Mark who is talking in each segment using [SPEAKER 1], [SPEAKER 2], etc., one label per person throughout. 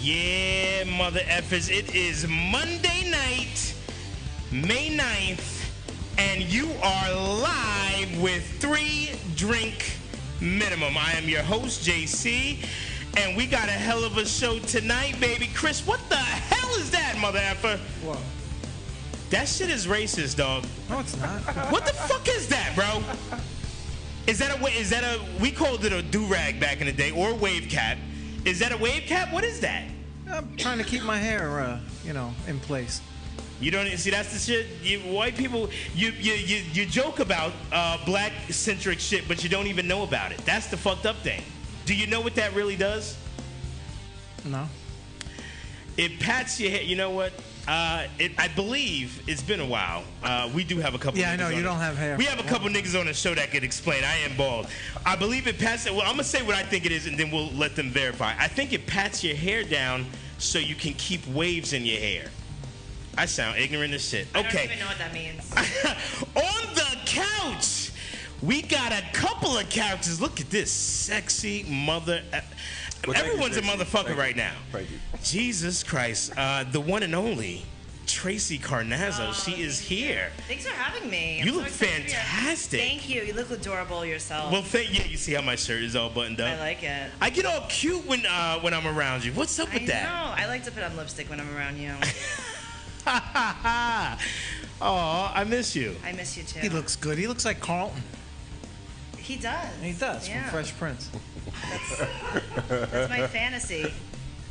[SPEAKER 1] Yeah, mother effers. It is Monday night, May 9th, and you are live with Three Drink Minimum. I am your host, JC, and we got a hell of a show tonight, baby. Chris, what the hell is that, mother effer?
[SPEAKER 2] What?
[SPEAKER 1] That shit is racist, dog.
[SPEAKER 2] No, it's not.
[SPEAKER 1] What the fuck is that, bro? Is that a wa- is that a we called it a do rag back in the day or wave cap? Is that a wave cap? What is that?
[SPEAKER 2] I'm trying to keep my hair, uh, you know, in place.
[SPEAKER 1] You don't see that's the shit. You, white people, you you, you you joke about uh, black centric shit, but you don't even know about it. That's the fucked up thing. Do you know what that really does?
[SPEAKER 2] No.
[SPEAKER 1] It pats your head. You know what? Uh, it, I believe it's been a while. Uh, we do have a couple.
[SPEAKER 2] Yeah, I
[SPEAKER 1] niggas
[SPEAKER 2] know,
[SPEAKER 1] on
[SPEAKER 2] you
[SPEAKER 1] the-
[SPEAKER 2] don't have hair.
[SPEAKER 1] We have a couple niggas on the show that could explain. I am bald. I believe it pats. Well, I'm gonna say what I think it is, and then we'll let them verify. I think it pats your hair down so you can keep waves in your hair. I sound ignorant as shit.
[SPEAKER 3] I
[SPEAKER 1] Okay.
[SPEAKER 3] don't even know what that means.
[SPEAKER 1] on the couch. We got a couple of couches. Look at this sexy mother.
[SPEAKER 4] Well,
[SPEAKER 1] uh,
[SPEAKER 4] thank you,
[SPEAKER 1] Everyone's a
[SPEAKER 4] Tracy.
[SPEAKER 1] motherfucker
[SPEAKER 4] Thank you.
[SPEAKER 1] right now.
[SPEAKER 4] Thank you.
[SPEAKER 1] Jesus Christ. Uh, the one and only Tracy Carnazzo. she is here.
[SPEAKER 3] Thanks for having me.
[SPEAKER 1] You
[SPEAKER 3] so
[SPEAKER 1] look
[SPEAKER 3] excited to be here.
[SPEAKER 1] fantastic.
[SPEAKER 3] Thank you. You look adorable yourself.
[SPEAKER 1] Well, thank you. You see how my shirt is all buttoned up?
[SPEAKER 3] I like it.
[SPEAKER 1] I get all cute when uh, when I'm around you. What's up with
[SPEAKER 3] I
[SPEAKER 1] that?
[SPEAKER 3] know. I like to put on lipstick when I'm around you.
[SPEAKER 1] Aw, I miss you.
[SPEAKER 3] I miss you too.
[SPEAKER 2] He looks good. He looks like Carlton.
[SPEAKER 3] He does.
[SPEAKER 2] He does
[SPEAKER 3] Yeah.
[SPEAKER 2] from Fresh Prince.
[SPEAKER 3] That's my fantasy.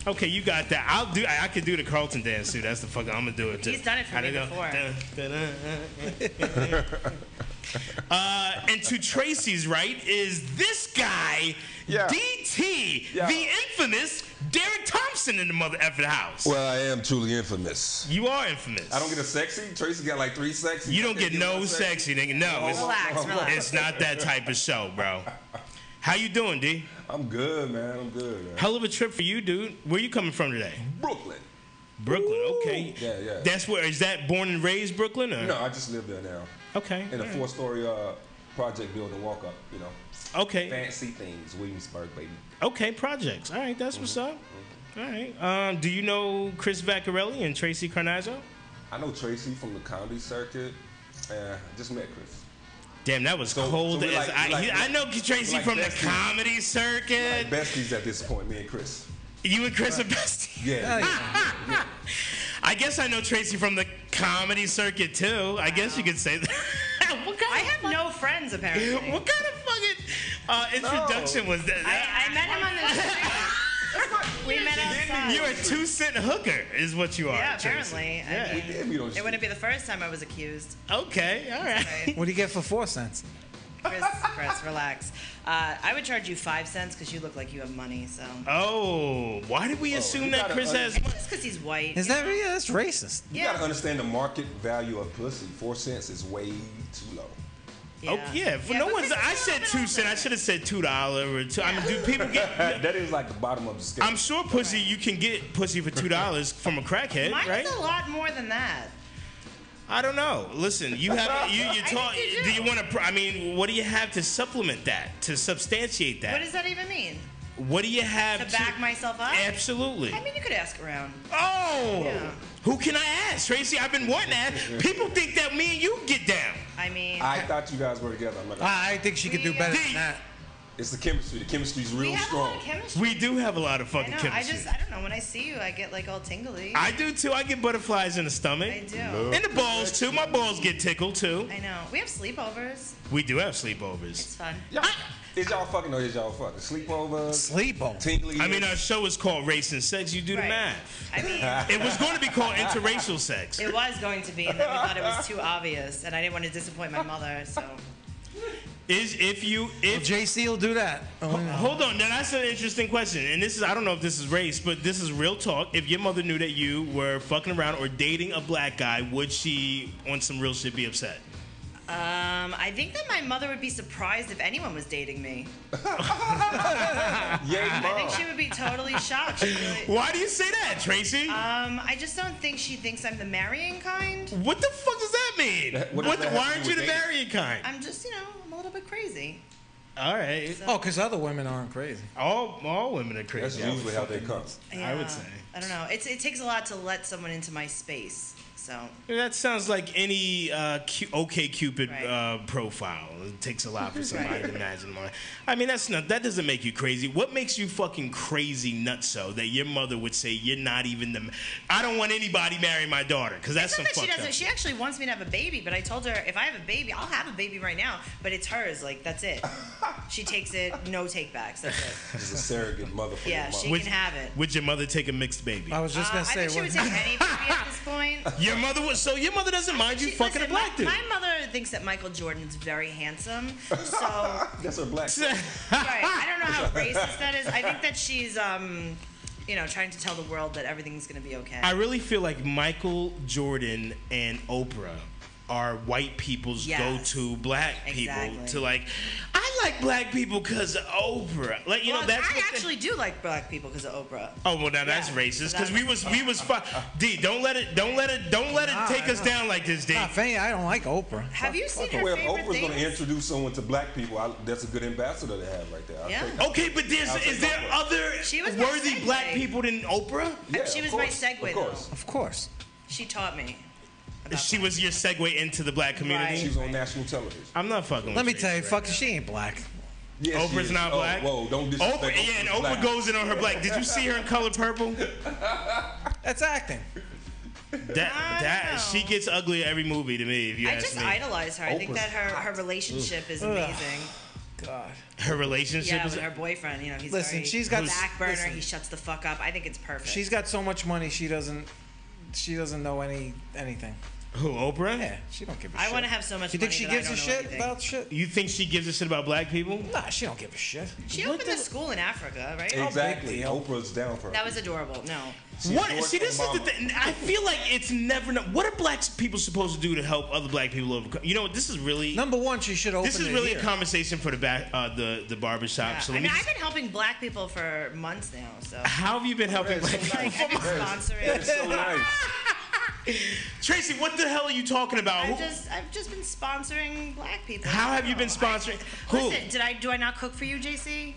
[SPEAKER 1] Okay, you got that. I'll do. I, I could do the Carlton dance too. That's the fuck. I'm gonna do it too.
[SPEAKER 3] He's done it for
[SPEAKER 1] I
[SPEAKER 3] me
[SPEAKER 1] don't
[SPEAKER 3] before.
[SPEAKER 1] Dun, dun, dun, dun, dun, dun. uh, and to Tracy's right is this guy,
[SPEAKER 4] Yeah.
[SPEAKER 1] DT,
[SPEAKER 4] Yeah.
[SPEAKER 1] the infamous Derek Thompson in the mother effing house.
[SPEAKER 4] Well, I am truly infamous.
[SPEAKER 1] you are infamous.
[SPEAKER 4] I don't get a sexy. Tracy got like three sexy.
[SPEAKER 1] You don't get no
[SPEAKER 4] one
[SPEAKER 1] sexy, nigga. No, it's,
[SPEAKER 3] Relax, relax.
[SPEAKER 1] it's not that type of show, bro. How you doing, D?
[SPEAKER 4] I'm good, man. I'm good, man.
[SPEAKER 1] Hell of a trip for you, dude. Where you coming from today?
[SPEAKER 4] Brooklyn.
[SPEAKER 1] Brooklyn. Okay.
[SPEAKER 4] Yeah, yeah.
[SPEAKER 1] That's where is that born and raised Brooklyn or?
[SPEAKER 4] No, I just live there now
[SPEAKER 1] Okay.
[SPEAKER 4] in a four-story uh, project building walk-up. You know,
[SPEAKER 1] Okay.
[SPEAKER 4] fancy things, Williamsburg, baby.
[SPEAKER 1] Okay, projects. All right, that's what's
[SPEAKER 4] Mm-hmm.
[SPEAKER 1] up. All right. Um, do you know Chris Vaccarelli and Tracy Carnazzo?
[SPEAKER 4] I know Tracy from the comedy circuit. Uh, just met Chris.
[SPEAKER 1] Damn, that was
[SPEAKER 4] So-
[SPEAKER 1] cold
[SPEAKER 4] so we
[SPEAKER 1] as
[SPEAKER 4] like-
[SPEAKER 1] I.
[SPEAKER 4] we like-
[SPEAKER 1] he- I know Tracy
[SPEAKER 4] like
[SPEAKER 1] from the
[SPEAKER 4] besties.
[SPEAKER 1] comedy circuit.
[SPEAKER 4] Like besties at this point, me and Chris.
[SPEAKER 1] you and Chris are besties.
[SPEAKER 4] Yeah.
[SPEAKER 2] Oh, yeah.
[SPEAKER 1] I guess I know Tracy from the comedy circuit too. I guess you could say that. what
[SPEAKER 3] I
[SPEAKER 1] kind
[SPEAKER 3] have no friends apparently.
[SPEAKER 1] of what kind of fucking uh, introduction was that?
[SPEAKER 3] I, I met him on the street. we met outside.
[SPEAKER 1] You're a two cent hooker, is what you are.
[SPEAKER 3] yeah,
[SPEAKER 1] Tracy.
[SPEAKER 3] apparently. I
[SPEAKER 1] Yeah.
[SPEAKER 3] mean,
[SPEAKER 4] Yeah, we don't
[SPEAKER 3] it wouldn't be the first time I was accused.
[SPEAKER 1] Okay. All right.
[SPEAKER 2] What do you get for four cents?
[SPEAKER 3] Chris, Chris, relax. Uh, I would charge you five cents because you look like you have money. So
[SPEAKER 1] Oh, why did we assume
[SPEAKER 4] you
[SPEAKER 1] that
[SPEAKER 4] gotta
[SPEAKER 1] Chris
[SPEAKER 4] un-
[SPEAKER 1] has?
[SPEAKER 3] just because he's white,
[SPEAKER 2] Is that yeah? That's racist.
[SPEAKER 4] You gotta understand the market value of pussy. Four cents is way too low.
[SPEAKER 3] Yeah.
[SPEAKER 1] Oh yeah, for no
[SPEAKER 3] but
[SPEAKER 1] one's.
[SPEAKER 3] this is
[SPEAKER 1] I
[SPEAKER 3] a
[SPEAKER 1] said
[SPEAKER 3] little
[SPEAKER 1] two
[SPEAKER 3] bit
[SPEAKER 1] cent. I
[SPEAKER 3] older.
[SPEAKER 1] should have said two dollar or two. I mean, do people get?
[SPEAKER 4] that is like the bottom of the scale.
[SPEAKER 1] I'm sure pussy. You can get pussy for two dollars from a crackhead,
[SPEAKER 3] Mine's
[SPEAKER 1] right?
[SPEAKER 3] a lot more than that.
[SPEAKER 1] I don't know. Listen, you have you you
[SPEAKER 3] think
[SPEAKER 1] talk.
[SPEAKER 3] you do.
[SPEAKER 1] Do you want to? I mean, what do you have to supplement that to substantiate that?
[SPEAKER 3] What does that even mean?
[SPEAKER 1] What do you have
[SPEAKER 3] To back myself up?
[SPEAKER 1] Absolutely.
[SPEAKER 3] I mean, you could ask around.
[SPEAKER 1] Oh,
[SPEAKER 3] Yeah.
[SPEAKER 1] who can I ask, Tracy? I've been wanting to ask. People think that me and you get down.
[SPEAKER 3] I mean,
[SPEAKER 4] I thought you guys were together. I'm not gonna-
[SPEAKER 2] I, I think she could do better than that.
[SPEAKER 4] it's the chemistry. The chemistry's
[SPEAKER 3] we
[SPEAKER 4] real
[SPEAKER 3] have a lot
[SPEAKER 4] strong.
[SPEAKER 3] of chemistry.
[SPEAKER 1] We do have a lot of
[SPEAKER 3] I
[SPEAKER 1] fucking
[SPEAKER 3] know.
[SPEAKER 1] chemistry.
[SPEAKER 3] I just, I don't know. When I see you, I get like all tingly.
[SPEAKER 1] I do too. I get butterflies in the stomach.
[SPEAKER 3] I do.
[SPEAKER 1] And the balls too. My balls get tickled too.
[SPEAKER 3] I know. We have sleepovers.
[SPEAKER 1] We do have sleepovers.
[SPEAKER 3] It's fun.
[SPEAKER 4] Y'all-
[SPEAKER 1] Ah!
[SPEAKER 4] is y'all fucking or is y'all fucking? Sleepovers,
[SPEAKER 2] Sleep on.
[SPEAKER 4] tingly.
[SPEAKER 1] I mean, our show is called Race and Sex. You do the
[SPEAKER 3] Right.
[SPEAKER 1] math.
[SPEAKER 3] I mean,
[SPEAKER 1] It was going to be called interracial sex.
[SPEAKER 3] it was going to be, and then we thought it was too obvious, and I didn't want to disappoint my mother, so.
[SPEAKER 1] Is if you if
[SPEAKER 2] JC will do that. Oh, no.
[SPEAKER 1] hold on, now that's an interesting question. And this is I don't know if this is race, but this is real talk. If your mother knew that you were fucking around or dating a black guy, would she on some real shit be upset?
[SPEAKER 3] Um, I think that my mother would be surprised if anyone was dating me.
[SPEAKER 4] Yay,
[SPEAKER 3] I think she
[SPEAKER 4] mom.
[SPEAKER 3] would be totally shocked. She'd be like,
[SPEAKER 1] Why do you say that, Tracy?
[SPEAKER 3] um, I just don't think she thinks I'm the marrying kind.
[SPEAKER 1] what the fuck does that mean?
[SPEAKER 4] That-
[SPEAKER 1] What
[SPEAKER 4] what does that have
[SPEAKER 1] why
[SPEAKER 4] to
[SPEAKER 1] aren't
[SPEAKER 4] do
[SPEAKER 1] you the
[SPEAKER 4] with dating?
[SPEAKER 1] marrying kind?
[SPEAKER 3] I'm just, you know, I'm a little bit crazy.
[SPEAKER 1] All right.
[SPEAKER 2] Oh, because other women aren't crazy.
[SPEAKER 1] All all women are
[SPEAKER 4] That's
[SPEAKER 1] crazy.
[SPEAKER 4] usually how they come.
[SPEAKER 1] I would say.
[SPEAKER 3] I don't know. It's, it takes a lot to let someone into my space. So
[SPEAKER 1] That sounds like any uh, Q- OK Cupid
[SPEAKER 3] Right.
[SPEAKER 1] uh, profile. It takes a lot for somebody
[SPEAKER 3] Right.
[SPEAKER 1] to imagine mine. I mean, that's not that doesn't make you crazy. What makes you fucking crazy nutso that your mother would say you're not even the? I don't want anybody marry my daughter because
[SPEAKER 3] it's
[SPEAKER 1] that's some
[SPEAKER 3] not that she
[SPEAKER 1] fucked
[SPEAKER 3] doesn't.
[SPEAKER 1] up.
[SPEAKER 3] She actually wants me to have a baby, but I told her if I have a baby, I'll have a baby right now. But it's hers. Like that's it. she takes it. No takebacks. That's it.
[SPEAKER 4] She's a surrogate mother for
[SPEAKER 3] Yeah,
[SPEAKER 4] your mother.
[SPEAKER 3] she
[SPEAKER 1] Would-
[SPEAKER 3] can have it.
[SPEAKER 1] Would your mother take a mixed baby?
[SPEAKER 2] I was just
[SPEAKER 3] Uh,
[SPEAKER 2] gonna
[SPEAKER 3] I
[SPEAKER 2] say.
[SPEAKER 3] think she would take any baby at this point.
[SPEAKER 1] your mother was so your mother doesn't mind you
[SPEAKER 3] She-
[SPEAKER 1] fucking
[SPEAKER 3] listen,
[SPEAKER 1] a black
[SPEAKER 3] my,
[SPEAKER 1] dude.
[SPEAKER 3] my mother thinks that Michael Jordan's very handsome, so right,
[SPEAKER 4] That's her black.
[SPEAKER 3] I don't know how racist that is. I think that she's, um, you know, trying to tell the world that everything's going to be okay.
[SPEAKER 1] I really feel like Michael Jordan and Oprah are white people's
[SPEAKER 3] Yes.
[SPEAKER 1] go-to black people
[SPEAKER 3] Exactly.
[SPEAKER 1] to like. I like black people because of Oprah. Like you
[SPEAKER 3] Well,
[SPEAKER 1] know that's
[SPEAKER 3] I
[SPEAKER 1] what the-
[SPEAKER 3] actually do like black people because of Oprah.
[SPEAKER 1] Oh well, now that's
[SPEAKER 3] Yeah,
[SPEAKER 1] racist because
[SPEAKER 3] that's-
[SPEAKER 1] we was we was fu- D. Don't let it don't let it don't let it
[SPEAKER 2] Nah,
[SPEAKER 1] take us
[SPEAKER 2] nah.
[SPEAKER 1] down like this, D.
[SPEAKER 2] Nah, Fanny, I don't like Oprah.
[SPEAKER 3] Have you seen her
[SPEAKER 4] Well, if
[SPEAKER 3] favorite
[SPEAKER 4] Oprah's
[SPEAKER 3] things?
[SPEAKER 4] going to introduce someone to black people, I, that's a good ambassador to have right there. I'll
[SPEAKER 3] Yeah.
[SPEAKER 4] take that.
[SPEAKER 1] Okay, but there's
[SPEAKER 4] I'll take
[SPEAKER 1] is there
[SPEAKER 4] Oprah.
[SPEAKER 1] other
[SPEAKER 3] She was my
[SPEAKER 1] worthy black
[SPEAKER 3] segue.
[SPEAKER 1] people than Oprah?
[SPEAKER 4] Yeah,
[SPEAKER 3] she
[SPEAKER 4] of
[SPEAKER 3] was my
[SPEAKER 4] course,
[SPEAKER 3] segue,
[SPEAKER 4] Of course.
[SPEAKER 2] Of course.
[SPEAKER 3] she taught me. About
[SPEAKER 1] She was your segue into the black community.
[SPEAKER 3] Right.
[SPEAKER 4] She was on national television.
[SPEAKER 1] I'm not fucking.
[SPEAKER 2] Let me
[SPEAKER 1] with
[SPEAKER 2] tell you,
[SPEAKER 1] racist
[SPEAKER 2] fuck,
[SPEAKER 1] right now.
[SPEAKER 2] she ain't black.
[SPEAKER 4] Yeah, she
[SPEAKER 1] Oprah's
[SPEAKER 4] is.
[SPEAKER 1] not
[SPEAKER 4] Oh,
[SPEAKER 1] black.
[SPEAKER 4] whoa, don't disrespect
[SPEAKER 1] Oprah, yeah, and
[SPEAKER 4] Oprah's
[SPEAKER 1] Oprah
[SPEAKER 4] black.
[SPEAKER 1] goes in on her black. Did you see her in color purple?
[SPEAKER 2] That's acting.
[SPEAKER 1] That
[SPEAKER 3] I
[SPEAKER 1] that
[SPEAKER 3] don't know.
[SPEAKER 1] she gets ugly every movie to me. If you
[SPEAKER 3] I
[SPEAKER 1] ask
[SPEAKER 3] just
[SPEAKER 1] me,
[SPEAKER 3] idolize her. I think
[SPEAKER 4] Oprah's
[SPEAKER 3] that her, her relationship is amazing.
[SPEAKER 2] God.
[SPEAKER 1] her relationship
[SPEAKER 3] Yeah,
[SPEAKER 1] is.
[SPEAKER 3] with her boyfriend, you know, he's
[SPEAKER 2] Listen,
[SPEAKER 3] very
[SPEAKER 2] she's got-
[SPEAKER 3] back burner.
[SPEAKER 2] listen.
[SPEAKER 3] He shuts the fuck up. I think it's perfect.
[SPEAKER 2] She's got so much money she doesn't she doesn't know any anything.
[SPEAKER 1] Who Oprah?
[SPEAKER 2] Yeah, she don't give a
[SPEAKER 3] I
[SPEAKER 2] shit.
[SPEAKER 3] want to have so much
[SPEAKER 2] You think
[SPEAKER 3] money
[SPEAKER 2] she
[SPEAKER 3] that I
[SPEAKER 2] gives a
[SPEAKER 3] don't know
[SPEAKER 2] shit
[SPEAKER 3] anything.
[SPEAKER 2] about shit?
[SPEAKER 1] You think she gives a shit about black people?
[SPEAKER 2] Nah, she don't give a shit.
[SPEAKER 3] She
[SPEAKER 1] What
[SPEAKER 3] opened
[SPEAKER 1] the-
[SPEAKER 3] a school in Africa, right?
[SPEAKER 4] Exactly.
[SPEAKER 2] deal.
[SPEAKER 4] Oprah's down for her.
[SPEAKER 3] That was adorable. No.
[SPEAKER 4] She's
[SPEAKER 1] What?
[SPEAKER 4] George
[SPEAKER 1] See, this is
[SPEAKER 4] Obama.
[SPEAKER 1] the thing. I feel like it's never. enough. What are black people supposed to do to help other black people overcome? You know, what? this is really.
[SPEAKER 2] Number one, she should open
[SPEAKER 1] this is
[SPEAKER 2] it
[SPEAKER 1] really
[SPEAKER 2] here.
[SPEAKER 1] a conversation for the back, uh, the the barbershop.
[SPEAKER 3] Yeah.
[SPEAKER 1] So
[SPEAKER 3] I
[SPEAKER 1] let
[SPEAKER 3] mean,
[SPEAKER 1] me.
[SPEAKER 3] I've
[SPEAKER 1] Just,
[SPEAKER 3] been helping black people for months now, so.
[SPEAKER 1] how have you been helping
[SPEAKER 4] Right, so
[SPEAKER 1] black people?
[SPEAKER 3] Like, I've been sponsoring.
[SPEAKER 4] That's so nice.
[SPEAKER 1] Tracy, what the hell are you talking about?
[SPEAKER 3] I've
[SPEAKER 1] Who-
[SPEAKER 3] just, I've just been sponsoring black people.
[SPEAKER 1] How have you been
[SPEAKER 3] I-
[SPEAKER 1] sponsoring- who?
[SPEAKER 3] Listen, did I do I not cook for you, JC?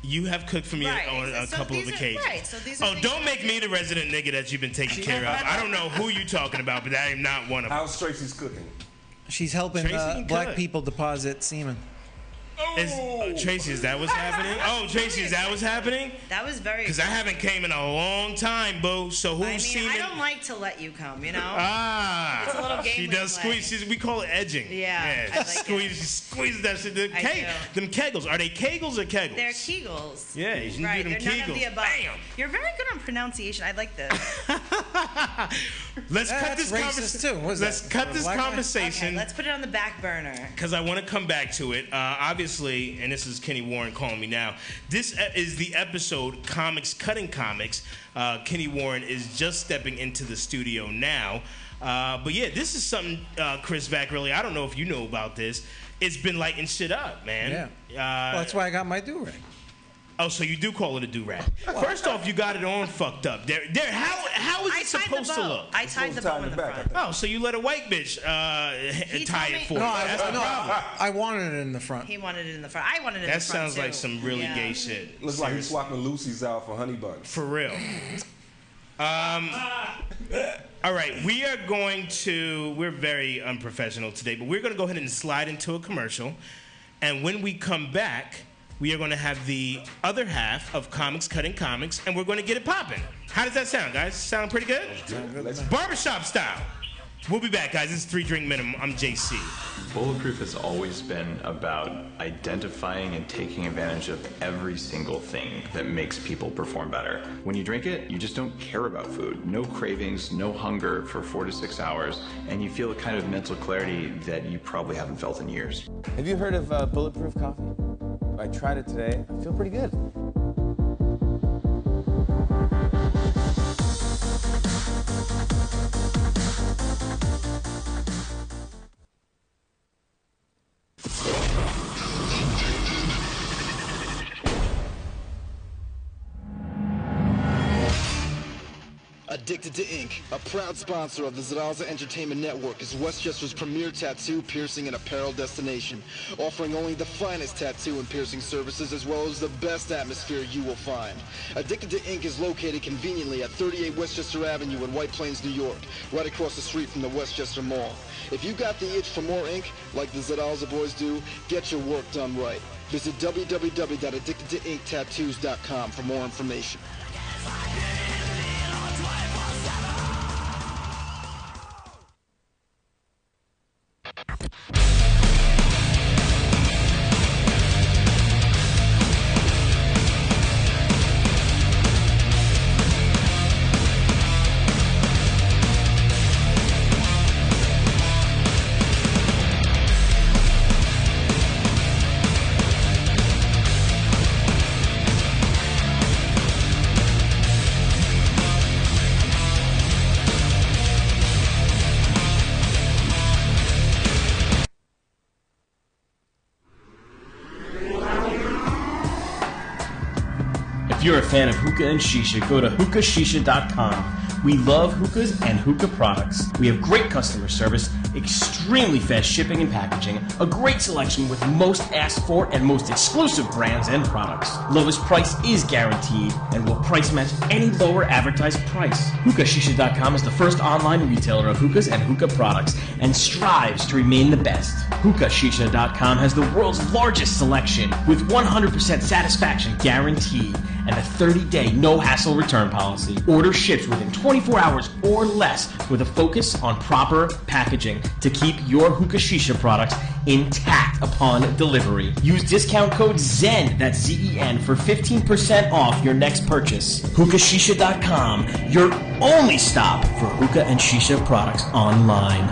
[SPEAKER 1] you have cooked for me
[SPEAKER 3] Right,
[SPEAKER 1] on oh, a
[SPEAKER 3] so
[SPEAKER 1] couple of
[SPEAKER 3] these are-
[SPEAKER 1] occasions.
[SPEAKER 3] right, so these are
[SPEAKER 1] oh,
[SPEAKER 3] things that-
[SPEAKER 1] don't make me the resident nigga that you've been taking care of. I don't know who you talking about, but I am not one of them.
[SPEAKER 4] How's Tracy's cooking?
[SPEAKER 2] She's helping
[SPEAKER 1] Tracy
[SPEAKER 2] uh,
[SPEAKER 1] can
[SPEAKER 2] black
[SPEAKER 1] cut.
[SPEAKER 2] people deposit semen.
[SPEAKER 1] Is, oh, Tracy, is that what's happening? Oh, Tracy, is that what's happening?
[SPEAKER 3] That was very.
[SPEAKER 1] Because I haven't came in a long time, boo. So who's
[SPEAKER 3] I mean,
[SPEAKER 1] seen
[SPEAKER 3] I
[SPEAKER 1] it?
[SPEAKER 3] don't like to let you come, you know.
[SPEAKER 1] Ah,
[SPEAKER 3] It's a little game
[SPEAKER 1] she
[SPEAKER 3] we
[SPEAKER 1] does
[SPEAKER 3] play.
[SPEAKER 1] squeeze. She's, we call it edging.
[SPEAKER 3] Yeah, I like it.
[SPEAKER 1] squeeze, she squeezes that shit. Them,
[SPEAKER 3] I
[SPEAKER 1] keg,
[SPEAKER 3] do.
[SPEAKER 1] them kegels. Are they kegels or kegels?
[SPEAKER 3] They're Kegels.
[SPEAKER 1] Yeah, you can do
[SPEAKER 3] right.
[SPEAKER 1] them
[SPEAKER 3] They're none of the
[SPEAKER 1] Kegels.
[SPEAKER 3] above.
[SPEAKER 1] Bam.
[SPEAKER 3] You're very good on pronunciation. I like this.
[SPEAKER 1] let's
[SPEAKER 2] Yeah,
[SPEAKER 1] cut
[SPEAKER 2] that's racist
[SPEAKER 1] this
[SPEAKER 2] too.
[SPEAKER 1] conversation.
[SPEAKER 2] What is
[SPEAKER 1] Let's
[SPEAKER 2] that?
[SPEAKER 1] cut this
[SPEAKER 2] Black guy?
[SPEAKER 3] Okay,
[SPEAKER 1] conversation
[SPEAKER 3] let's put it on the back burner.
[SPEAKER 1] because I want to come back to it. Uh, obviously, and this is Kenny Warren calling me now. This e- is the episode Comics Cutting Comics. Uh, Kenny Warren is just stepping into the studio now. Uh, but yeah, this is something, uh, Chris Vack, really. I don't know if you know about this. It's been lighting shit up,
[SPEAKER 2] Yeah.
[SPEAKER 1] man. Uh,
[SPEAKER 2] well, that's why I got my do rag.
[SPEAKER 1] Oh, so you do call it a do rag? First off, you got it on fucked up. There, there. How how is
[SPEAKER 3] I
[SPEAKER 1] it
[SPEAKER 3] tied
[SPEAKER 1] supposed
[SPEAKER 3] the
[SPEAKER 1] to
[SPEAKER 3] bow.
[SPEAKER 1] look?
[SPEAKER 3] I tied
[SPEAKER 4] supposed
[SPEAKER 3] the
[SPEAKER 4] to tie
[SPEAKER 3] bow
[SPEAKER 4] in
[SPEAKER 3] in
[SPEAKER 4] the
[SPEAKER 3] the
[SPEAKER 4] back, I
[SPEAKER 3] front.
[SPEAKER 1] Oh, so you let a white bitch uh, h- tie
[SPEAKER 3] told
[SPEAKER 1] it
[SPEAKER 3] me-
[SPEAKER 1] for
[SPEAKER 2] No,
[SPEAKER 1] you?
[SPEAKER 2] I,
[SPEAKER 1] That's the
[SPEAKER 2] no,
[SPEAKER 1] problem.
[SPEAKER 2] I, I wanted it in the front.
[SPEAKER 3] He wanted it in the front. I wanted it in
[SPEAKER 1] That
[SPEAKER 3] the front
[SPEAKER 1] sounds like
[SPEAKER 3] too.
[SPEAKER 1] some really
[SPEAKER 3] Yeah.
[SPEAKER 1] gay shit.
[SPEAKER 4] Looks like he's swapping Lucy's out for honey buns.
[SPEAKER 1] For real. Um, all right, we are going to, we're very unprofessional today, but we're going to go ahead and slide into a commercial. And when we come back, we are going to have the other half of Comics Cutting Comics, and we're going to get it popping. How does that sound, guys? Sound pretty good?
[SPEAKER 4] Let's
[SPEAKER 1] Barbershop style. We'll be back, guys. This is Three Drink Minimum. I'm JC.
[SPEAKER 5] Bulletproof has always been about identifying and taking advantage of every single thing that makes people perform better. When you drink it, you just don't care about food. No cravings, no hunger for four to six hours, and you feel a kind of mental clarity that you probably haven't felt in years.
[SPEAKER 6] Have you heard of uh, bulletproof coffee? I tried it today. I feel pretty good.
[SPEAKER 7] Addicted to Ink, a proud sponsor of the Zaraza Entertainment Network, is Westchester's premier tattoo, piercing, and apparel destination, offering only the finest tattoo and piercing services as well as the best atmosphere you will find. Addicted to Ink is located conveniently at 38 Westchester Avenue in White Plains, New York, right across the street from the Westchester Mall. If you got the itch for more ink, like the Zaraza boys do, get your work done right. Visit www.addictedtoinktattoos.com for more information.
[SPEAKER 8] If you're a fan of hookah and shisha, go to hookahshisha.com. We love hookahs and hookah products. We have great customer service, extremely fast shipping and packaging, a great selection with most asked for and most exclusive brands and products. Lowest price is guaranteed and will price match any lower advertised price. Hookahshisha.com is the first online retailer of hookahs and hookah products and strives to remain the best. Hookahshisha.com has the world's largest selection with 100% satisfaction guaranteed and a 30-day no-hassle return policy. Order ships within 24 hours or less with a focus on proper packaging to keep your hookah shisha products intact upon delivery. Use discount code ZEN, that's Z-E-N, for 15% off your next purchase. HookahShisha.com, your only stop for hookah and shisha products online.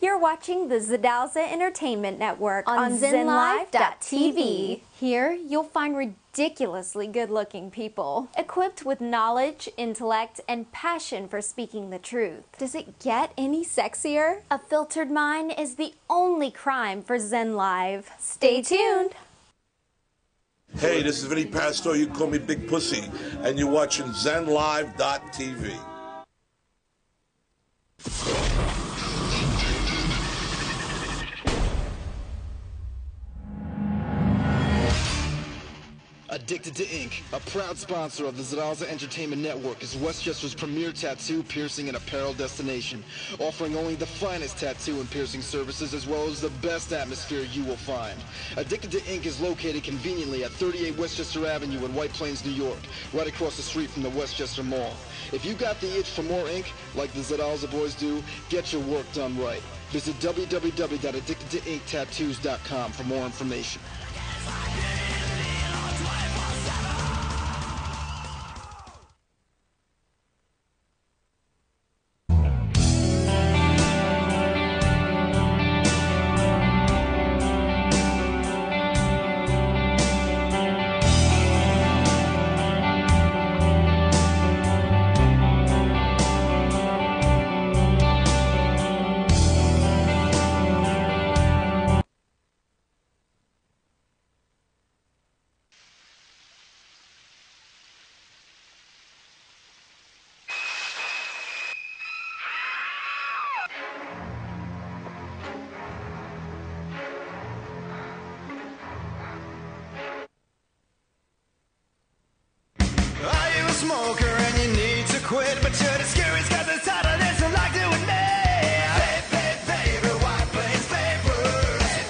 [SPEAKER 9] You're watching the Zidalza Entertainment Network
[SPEAKER 10] On
[SPEAKER 9] on,
[SPEAKER 10] ZenLive.tv.
[SPEAKER 9] ZenLive.tv. Here, you'll find ridiculously good looking people equipped with knowledge, intellect, and passion for speaking the truth. Does it get any sexier? A filtered mind is the only crime for Zen Live. Stay tuned.
[SPEAKER 11] Hey, this is Vinny Pastor. You call me Big Pussy, and you're watching ZenLive.tv.
[SPEAKER 7] Addicted to Ink, a proud sponsor of the Zaraza Entertainment Network, is Westchester's premier tattoo, piercing, and apparel destination, offering only the finest tattoo and piercing services as well as the best atmosphere you will find. Addicted to Ink is located conveniently at 38 Westchester Avenue in White Plains, New York, right across the street from the Westchester Mall. If you got the itch for more ink, like the Zaraza boys do, get your work done right. Visit www.addictedtoinktattoos.com for more information.
[SPEAKER 12] Are you a smoker and you need to quit? But you're discouraged cause it's harder than some like to admit. Pay, pay, paper, white plains, paper.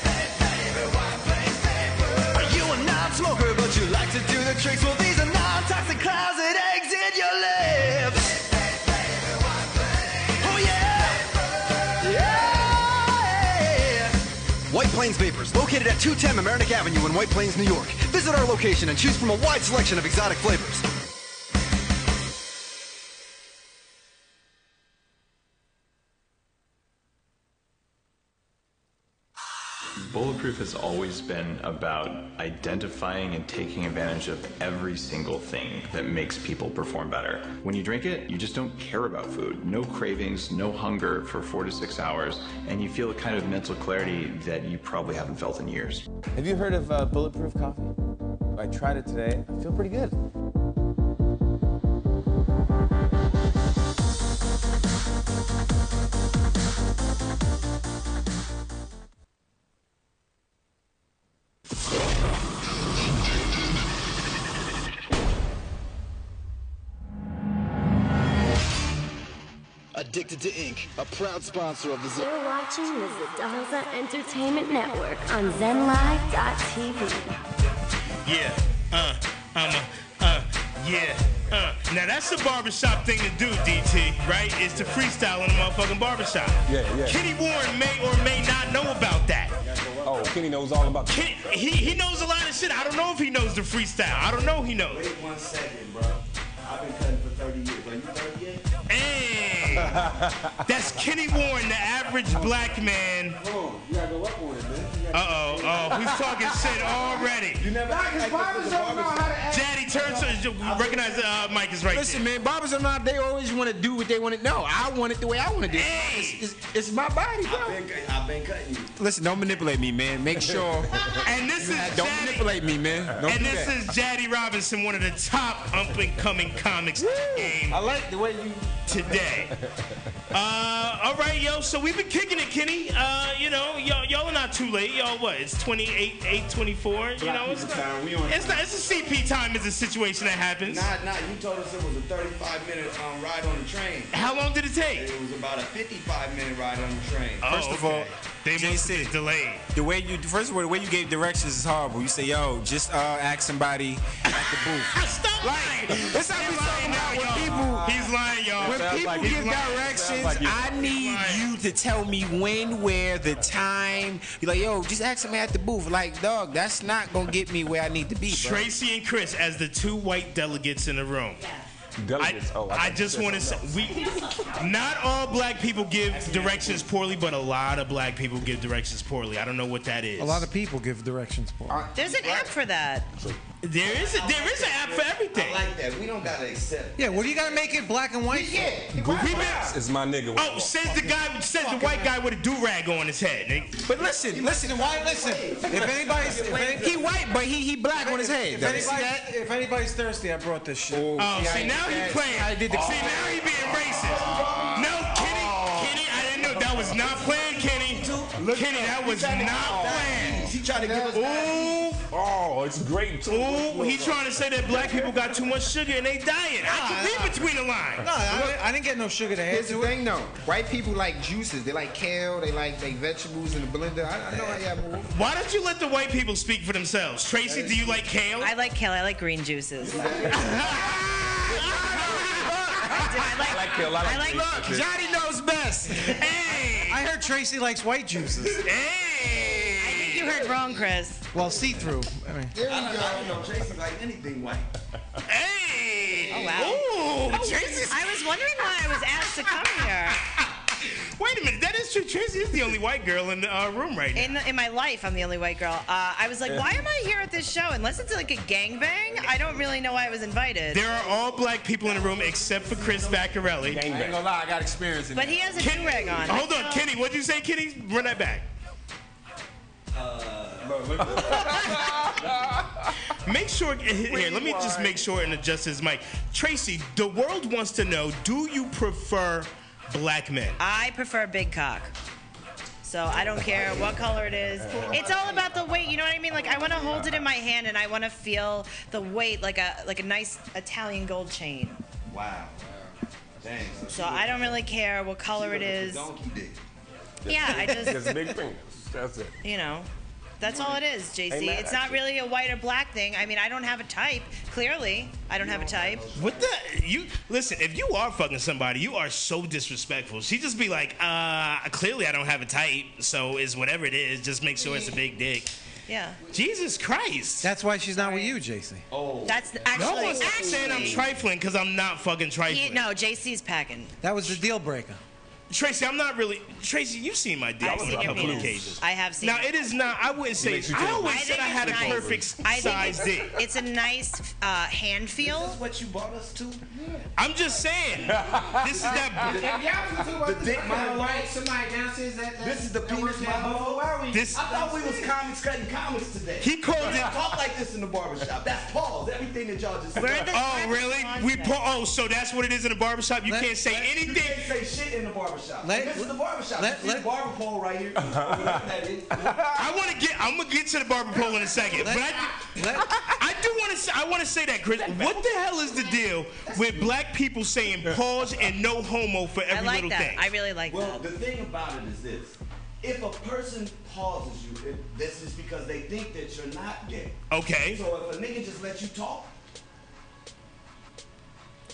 [SPEAKER 12] Pay, pay, paper, white plains, paper. Are you a non-smoker but you like to do the tricks? Well, these are non-toxic clouds that exit your lips. Oh, yeah. Yeah. White Plains Vapors, located at 210 Amerenick Avenue in White Plains, New York. Visit our location and choose from a wide selection of exotic flavors.
[SPEAKER 5] Bulletproof has always been about identifying and taking advantage of every single thing that makes people perform better. When you drink it, you just don't care about food. No cravings, no hunger for four to six hours, and you feel a kind of mental clarity that you probably haven't felt in years.
[SPEAKER 6] Have you heard of uh, bulletproof coffee? I tried it today. I feel pretty good.
[SPEAKER 7] Addicted to Ink, a proud sponsor of the Z-
[SPEAKER 10] You're watching the Zadaza Entertainment Network on ZenLive.tv.
[SPEAKER 1] Yeah, uh, I'm a, uh, yeah, uh. Now that's the barbershop thing to do, DT, right? Is to freestyle in a motherfucking barbershop.
[SPEAKER 4] Yeah, yeah.
[SPEAKER 1] Kenny Warren may or may not know about that.
[SPEAKER 4] Oh, Kenny knows all about
[SPEAKER 1] Kenny. He, he knows a lot of shit. I don't know if he knows the freestyle. I don't know he knows.
[SPEAKER 13] Wait one second, bro. I've been cutting for 30 years. Are you 30 yet?
[SPEAKER 1] Hey! That's Kenny Warren, the average black man.
[SPEAKER 13] You gotta go up on it, man.
[SPEAKER 1] Uh oh, oh, he's talking shit already. You never
[SPEAKER 13] Barbers don't know how to act.
[SPEAKER 1] Daddy, turn so recognize uh, Mike is right
[SPEAKER 14] Listen, man, barbers are not. They always want to do what they want to. No, I want it the way I want to do it. It's, it's, it's my body, bro.
[SPEAKER 13] I've been, I've been cutting you.
[SPEAKER 14] Listen, don't manipulate me, man. Make sure.
[SPEAKER 1] And this
[SPEAKER 14] You
[SPEAKER 1] is
[SPEAKER 14] have- don't
[SPEAKER 1] Jaddy-
[SPEAKER 14] manipulate me, man. Don't
[SPEAKER 1] and
[SPEAKER 14] do
[SPEAKER 1] this
[SPEAKER 14] that.
[SPEAKER 1] is Jaddy Robinson, one of the top up and coming comics in the game. I like the way you today. Uh, all right, yo. So we've been kicking it, Kenny. Uh, you know, y'all, y'all are not too late. Y'all, what? It's 28, 8, 24. You know, it's not, it's not. It's a CP time. Is a situation that happens.
[SPEAKER 13] Nah, nah, you told us it was a 35 minute um, ride on the train.
[SPEAKER 1] How long did it take?
[SPEAKER 13] It was about a 55 minute ride on the train.
[SPEAKER 15] First of all,
[SPEAKER 1] Oh, they
[SPEAKER 15] JC,
[SPEAKER 1] delayed.
[SPEAKER 15] The way you, first of all, the way you gave directions is horrible. You say, "Yo, just uh, ask somebody at the booth."
[SPEAKER 1] Stop lying.
[SPEAKER 15] That's how we talking about when people.
[SPEAKER 1] He's lying, y'all.
[SPEAKER 15] When
[SPEAKER 1] Sounds
[SPEAKER 15] people
[SPEAKER 1] like he's
[SPEAKER 15] give
[SPEAKER 1] lying.
[SPEAKER 15] directions,
[SPEAKER 1] Sounds like he's
[SPEAKER 15] I
[SPEAKER 1] lying.
[SPEAKER 15] need you to tell me when, where, the time. You're like, "Yo, just ask me at the booth." Like, dog, that's not gonna get me where I need to be. Bro.
[SPEAKER 1] Tracy and Chris as the two white delegates in the room.
[SPEAKER 4] Delegates.
[SPEAKER 1] I, Oh, I just want to say, we, not all black people give directions poorly, but a lot of black people give directions poorly. I don't know what that is.
[SPEAKER 2] A
[SPEAKER 1] Uh,
[SPEAKER 2] lot of people give directions for. it.
[SPEAKER 3] There's an app for that.
[SPEAKER 1] There is a, there is an app for everything.
[SPEAKER 13] I like that. We don't gotta accept
[SPEAKER 2] Yeah, what do you gotta make it black and white? Yeah,
[SPEAKER 4] Google Maps is my nigga.
[SPEAKER 1] Oh, says the guy, says the white guy with a do rag on his head. nigga.
[SPEAKER 15] But listen, listen, why? Listen, if anybody's, if any- he white, but he he black on his head.
[SPEAKER 2] If,
[SPEAKER 15] though. See
[SPEAKER 2] anybody,
[SPEAKER 15] that?
[SPEAKER 2] if anybody's thirsty, I brought this shit. Oh,
[SPEAKER 1] Oh, see now he playing. Oh, I did the see now he being racist. No, Kenny, Kenny, I didn't know that was not planned, Kenny. Kenny, that was not planned.
[SPEAKER 13] He tried to give us.
[SPEAKER 1] Ooh.
[SPEAKER 4] Oh, it's great. too.
[SPEAKER 1] Ooh, he trying to say that black people got too much sugar and they diet. I can read between the lines.
[SPEAKER 2] No, I, I didn't get no sugar to add
[SPEAKER 14] Here's
[SPEAKER 2] to
[SPEAKER 14] the thing, though. White people like juices. They like kale. They like they vegetables in the blender. I, I know how y'all move.
[SPEAKER 1] Why don't you let the white people speak for themselves? Tracy, do you like kale?
[SPEAKER 3] I like kale. I like green Oh, juices. I, do. I like,
[SPEAKER 4] kale. I like green
[SPEAKER 3] look,
[SPEAKER 4] juices.
[SPEAKER 15] Johnny knows best.
[SPEAKER 1] Hey,
[SPEAKER 2] I heard Tracy likes white juices.
[SPEAKER 3] I think you heard wrong, Chris.
[SPEAKER 2] Well, see through. I mean,
[SPEAKER 13] There I, don't, I don't know. Tracy like anything white.
[SPEAKER 1] Hey!
[SPEAKER 3] Oh wow.
[SPEAKER 1] Ooh, Tracy's-
[SPEAKER 3] I was wondering why I was asked to come here.
[SPEAKER 1] Wait a minute, that is true. Tracy is the only white girl in the uh, room right now.
[SPEAKER 3] In, in my life, I'm the only white girl. Uh, I was like, why am I here at this show? Unless it's like a gangbang, I don't really know why I was invited.
[SPEAKER 1] There are all black people in the room except for Chris Vaccarelli.
[SPEAKER 14] I ain't gonna lie. I got experience in
[SPEAKER 3] But
[SPEAKER 14] that.
[SPEAKER 3] he has a do rag on.
[SPEAKER 1] Hold on, Kenny, what'd you say, Kenny? Run that back. Make sure here. Let me just make sure and adjust his mic. Tracy, the world wants to know: Do you prefer black men?
[SPEAKER 3] I prefer big cock. So I don't care what color it is. It's all about the weight. You know what I mean? Like I want to hold it in my hand and I want to feel the weight, like a like a nice Italian gold chain.
[SPEAKER 13] Wow. Dang.
[SPEAKER 3] So I don't really care what color it is.
[SPEAKER 13] Donkey dick.
[SPEAKER 3] Yeah, I just-
[SPEAKER 4] Just big fingers. That's it.
[SPEAKER 3] You know, that's all it is,
[SPEAKER 4] Hey,
[SPEAKER 3] JC.
[SPEAKER 4] man,
[SPEAKER 3] It's not really a white or black thing. I mean, I don't have a type. Clearly, I don't have a type.
[SPEAKER 1] What the you listen? If you are fucking somebody, you are so disrespectful. She just be like, uh, clearly I don't have a type, so it's whatever it is. Just make sure it's a big dick.
[SPEAKER 3] Yeah.
[SPEAKER 1] Jesus Christ!
[SPEAKER 2] That's why she's not with you, JC.
[SPEAKER 13] Oh.
[SPEAKER 3] That's actually.
[SPEAKER 1] no one's
[SPEAKER 3] actually,
[SPEAKER 1] saying I'm trifling because I'm not fucking
[SPEAKER 3] He-
[SPEAKER 1] trifling.
[SPEAKER 3] no, JC's packing.
[SPEAKER 2] That was the deal breaker.
[SPEAKER 1] Tracy, I'm not really. Tracy, you've seen my dick
[SPEAKER 3] I've
[SPEAKER 1] on
[SPEAKER 3] seen
[SPEAKER 1] a
[SPEAKER 3] your
[SPEAKER 1] couple of
[SPEAKER 3] penis.
[SPEAKER 1] occasions.
[SPEAKER 3] I have seen
[SPEAKER 1] Now
[SPEAKER 3] it.
[SPEAKER 1] it is not. I wouldn't say.
[SPEAKER 3] Makes you
[SPEAKER 1] I
[SPEAKER 3] feel
[SPEAKER 1] always
[SPEAKER 3] good.
[SPEAKER 1] said I
[SPEAKER 3] think
[SPEAKER 1] had a
[SPEAKER 3] it's nice.
[SPEAKER 1] perfect
[SPEAKER 3] I think
[SPEAKER 1] size
[SPEAKER 3] it's,
[SPEAKER 1] dick.
[SPEAKER 3] It's a nice uh, hand feel. This is
[SPEAKER 14] what you bought us to.
[SPEAKER 1] I'm just saying. This is that.
[SPEAKER 14] The dick my wife,
[SPEAKER 15] somebody downstairs that,
[SPEAKER 14] This is the penis my buffalo. Why are we?
[SPEAKER 1] This-
[SPEAKER 14] I thought we was comics cutting comics today.
[SPEAKER 1] He called
[SPEAKER 14] We
[SPEAKER 1] it-
[SPEAKER 14] Talk like this in the barbershop. That's pause. Everything that y'all just. said.
[SPEAKER 1] oh really? We po- oh so that's what it is in a barbershop. You can't say
[SPEAKER 14] You
[SPEAKER 1] anything.
[SPEAKER 14] can't say shit in the barbershop.
[SPEAKER 1] Let-
[SPEAKER 14] this is the barbershop.
[SPEAKER 1] let-
[SPEAKER 14] Let, let,
[SPEAKER 1] let-
[SPEAKER 14] the barber pole right here. That is.
[SPEAKER 1] I want to get. I'm gonna get to the barber pole in a second, but I, I do want to. say I want to say that, Chris. What the hell is the deal with black people saying pause and no homo for every
[SPEAKER 3] I like
[SPEAKER 1] little
[SPEAKER 3] that.
[SPEAKER 1] thing?
[SPEAKER 3] I really like
[SPEAKER 14] well,
[SPEAKER 3] that.
[SPEAKER 14] the thing about it is this: if a person pauses you, if, this is because they think that you're not gay.
[SPEAKER 1] Okay.
[SPEAKER 14] So if a nigga just let you talk,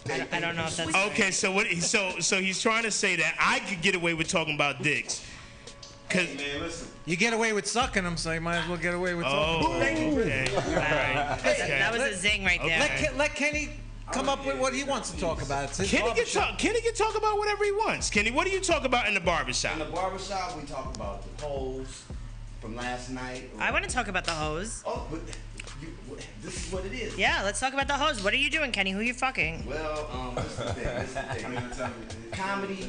[SPEAKER 3] I don't know if that's
[SPEAKER 1] okay. So what? So so he's trying to say that I could get away with talking about dicks. Cause
[SPEAKER 14] man, listen.
[SPEAKER 2] You get away with sucking them, so you might as well get away with
[SPEAKER 1] Oh,
[SPEAKER 2] talking.
[SPEAKER 1] okay. All right.
[SPEAKER 2] Hey,
[SPEAKER 1] Okay. That was a
[SPEAKER 3] zing right
[SPEAKER 1] there.
[SPEAKER 2] Let, Ken- let Kenny come up with what he wants to talk about. It's his
[SPEAKER 1] Kenny can
[SPEAKER 2] barbershop.
[SPEAKER 1] talk. Kenny can talk about whatever he wants. Kenny, what do you talk about in the barbershop?
[SPEAKER 14] in the barbershop, we talk about the polls from last night.
[SPEAKER 3] I want to talk about the hose.
[SPEAKER 14] Oh, but you, what- this is what it is.
[SPEAKER 3] Yeah, let's talk about the hose. What are you doing, Kenny? Who you fucking?
[SPEAKER 14] Well, um, this is the thing. This is the thing. Comedy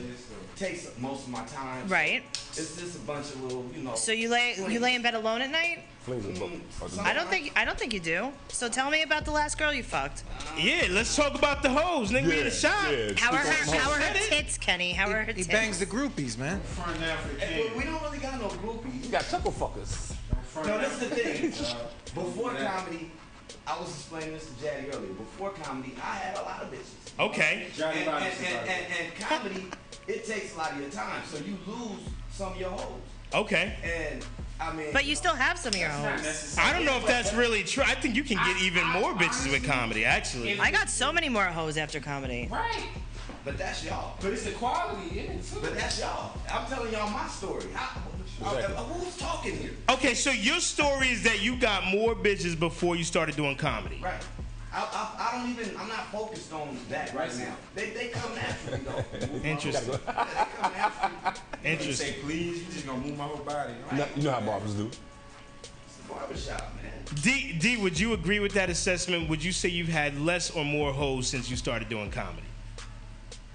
[SPEAKER 14] takes up most of my time. so
[SPEAKER 3] Right.
[SPEAKER 14] It's just a bunch of little, you know.
[SPEAKER 3] So you lay you lay in bed alone at night?
[SPEAKER 1] Mm.
[SPEAKER 3] I don't think I don't think you do. So tell me about the last girl you fucked.
[SPEAKER 1] Yeah, let's talk about the hoes. Nigga, we in the shop.
[SPEAKER 3] How are her How are her tits, Kenny? How are her
[SPEAKER 2] He
[SPEAKER 3] tits?
[SPEAKER 2] bangs the groupies, man.
[SPEAKER 14] Hey, but we don't really got no groupies.
[SPEAKER 6] You got chuckle fuckers.
[SPEAKER 14] No, that's the thing. Uh, Before comedy, I was explaining this to Jaddy earlier. Before comedy, I had a lot of bitches.
[SPEAKER 1] Okay.
[SPEAKER 14] And, and, and, and, and comedy, it takes a lot of your time, so you lose some of your hoes.
[SPEAKER 1] Okay.
[SPEAKER 14] And I mean,
[SPEAKER 3] But you still have some of your hoes.
[SPEAKER 1] I don't know if that's really true. I think you can get even more bitches with comedy, actually.
[SPEAKER 3] I got so many more hoes after comedy.
[SPEAKER 14] Right. But that's y'all.
[SPEAKER 15] But it's the quality in it too.
[SPEAKER 14] But that's y'all. I'm telling y'all my story. I, I- I- who's talking here?
[SPEAKER 1] Okay, so your story is that you got more bitches before you started doing comedy.
[SPEAKER 14] Right. I, I, I don't even. I'm not focused on that right now. They, they come naturally though.
[SPEAKER 1] Interesting.
[SPEAKER 4] Interesting.
[SPEAKER 14] Say please. You just gonna move my whole body.
[SPEAKER 4] You know, you know how barbers do.
[SPEAKER 14] Barbershop, man.
[SPEAKER 1] D, D, would you agree with that assessment? Would you say you've had less or more hoes since you started doing comedy?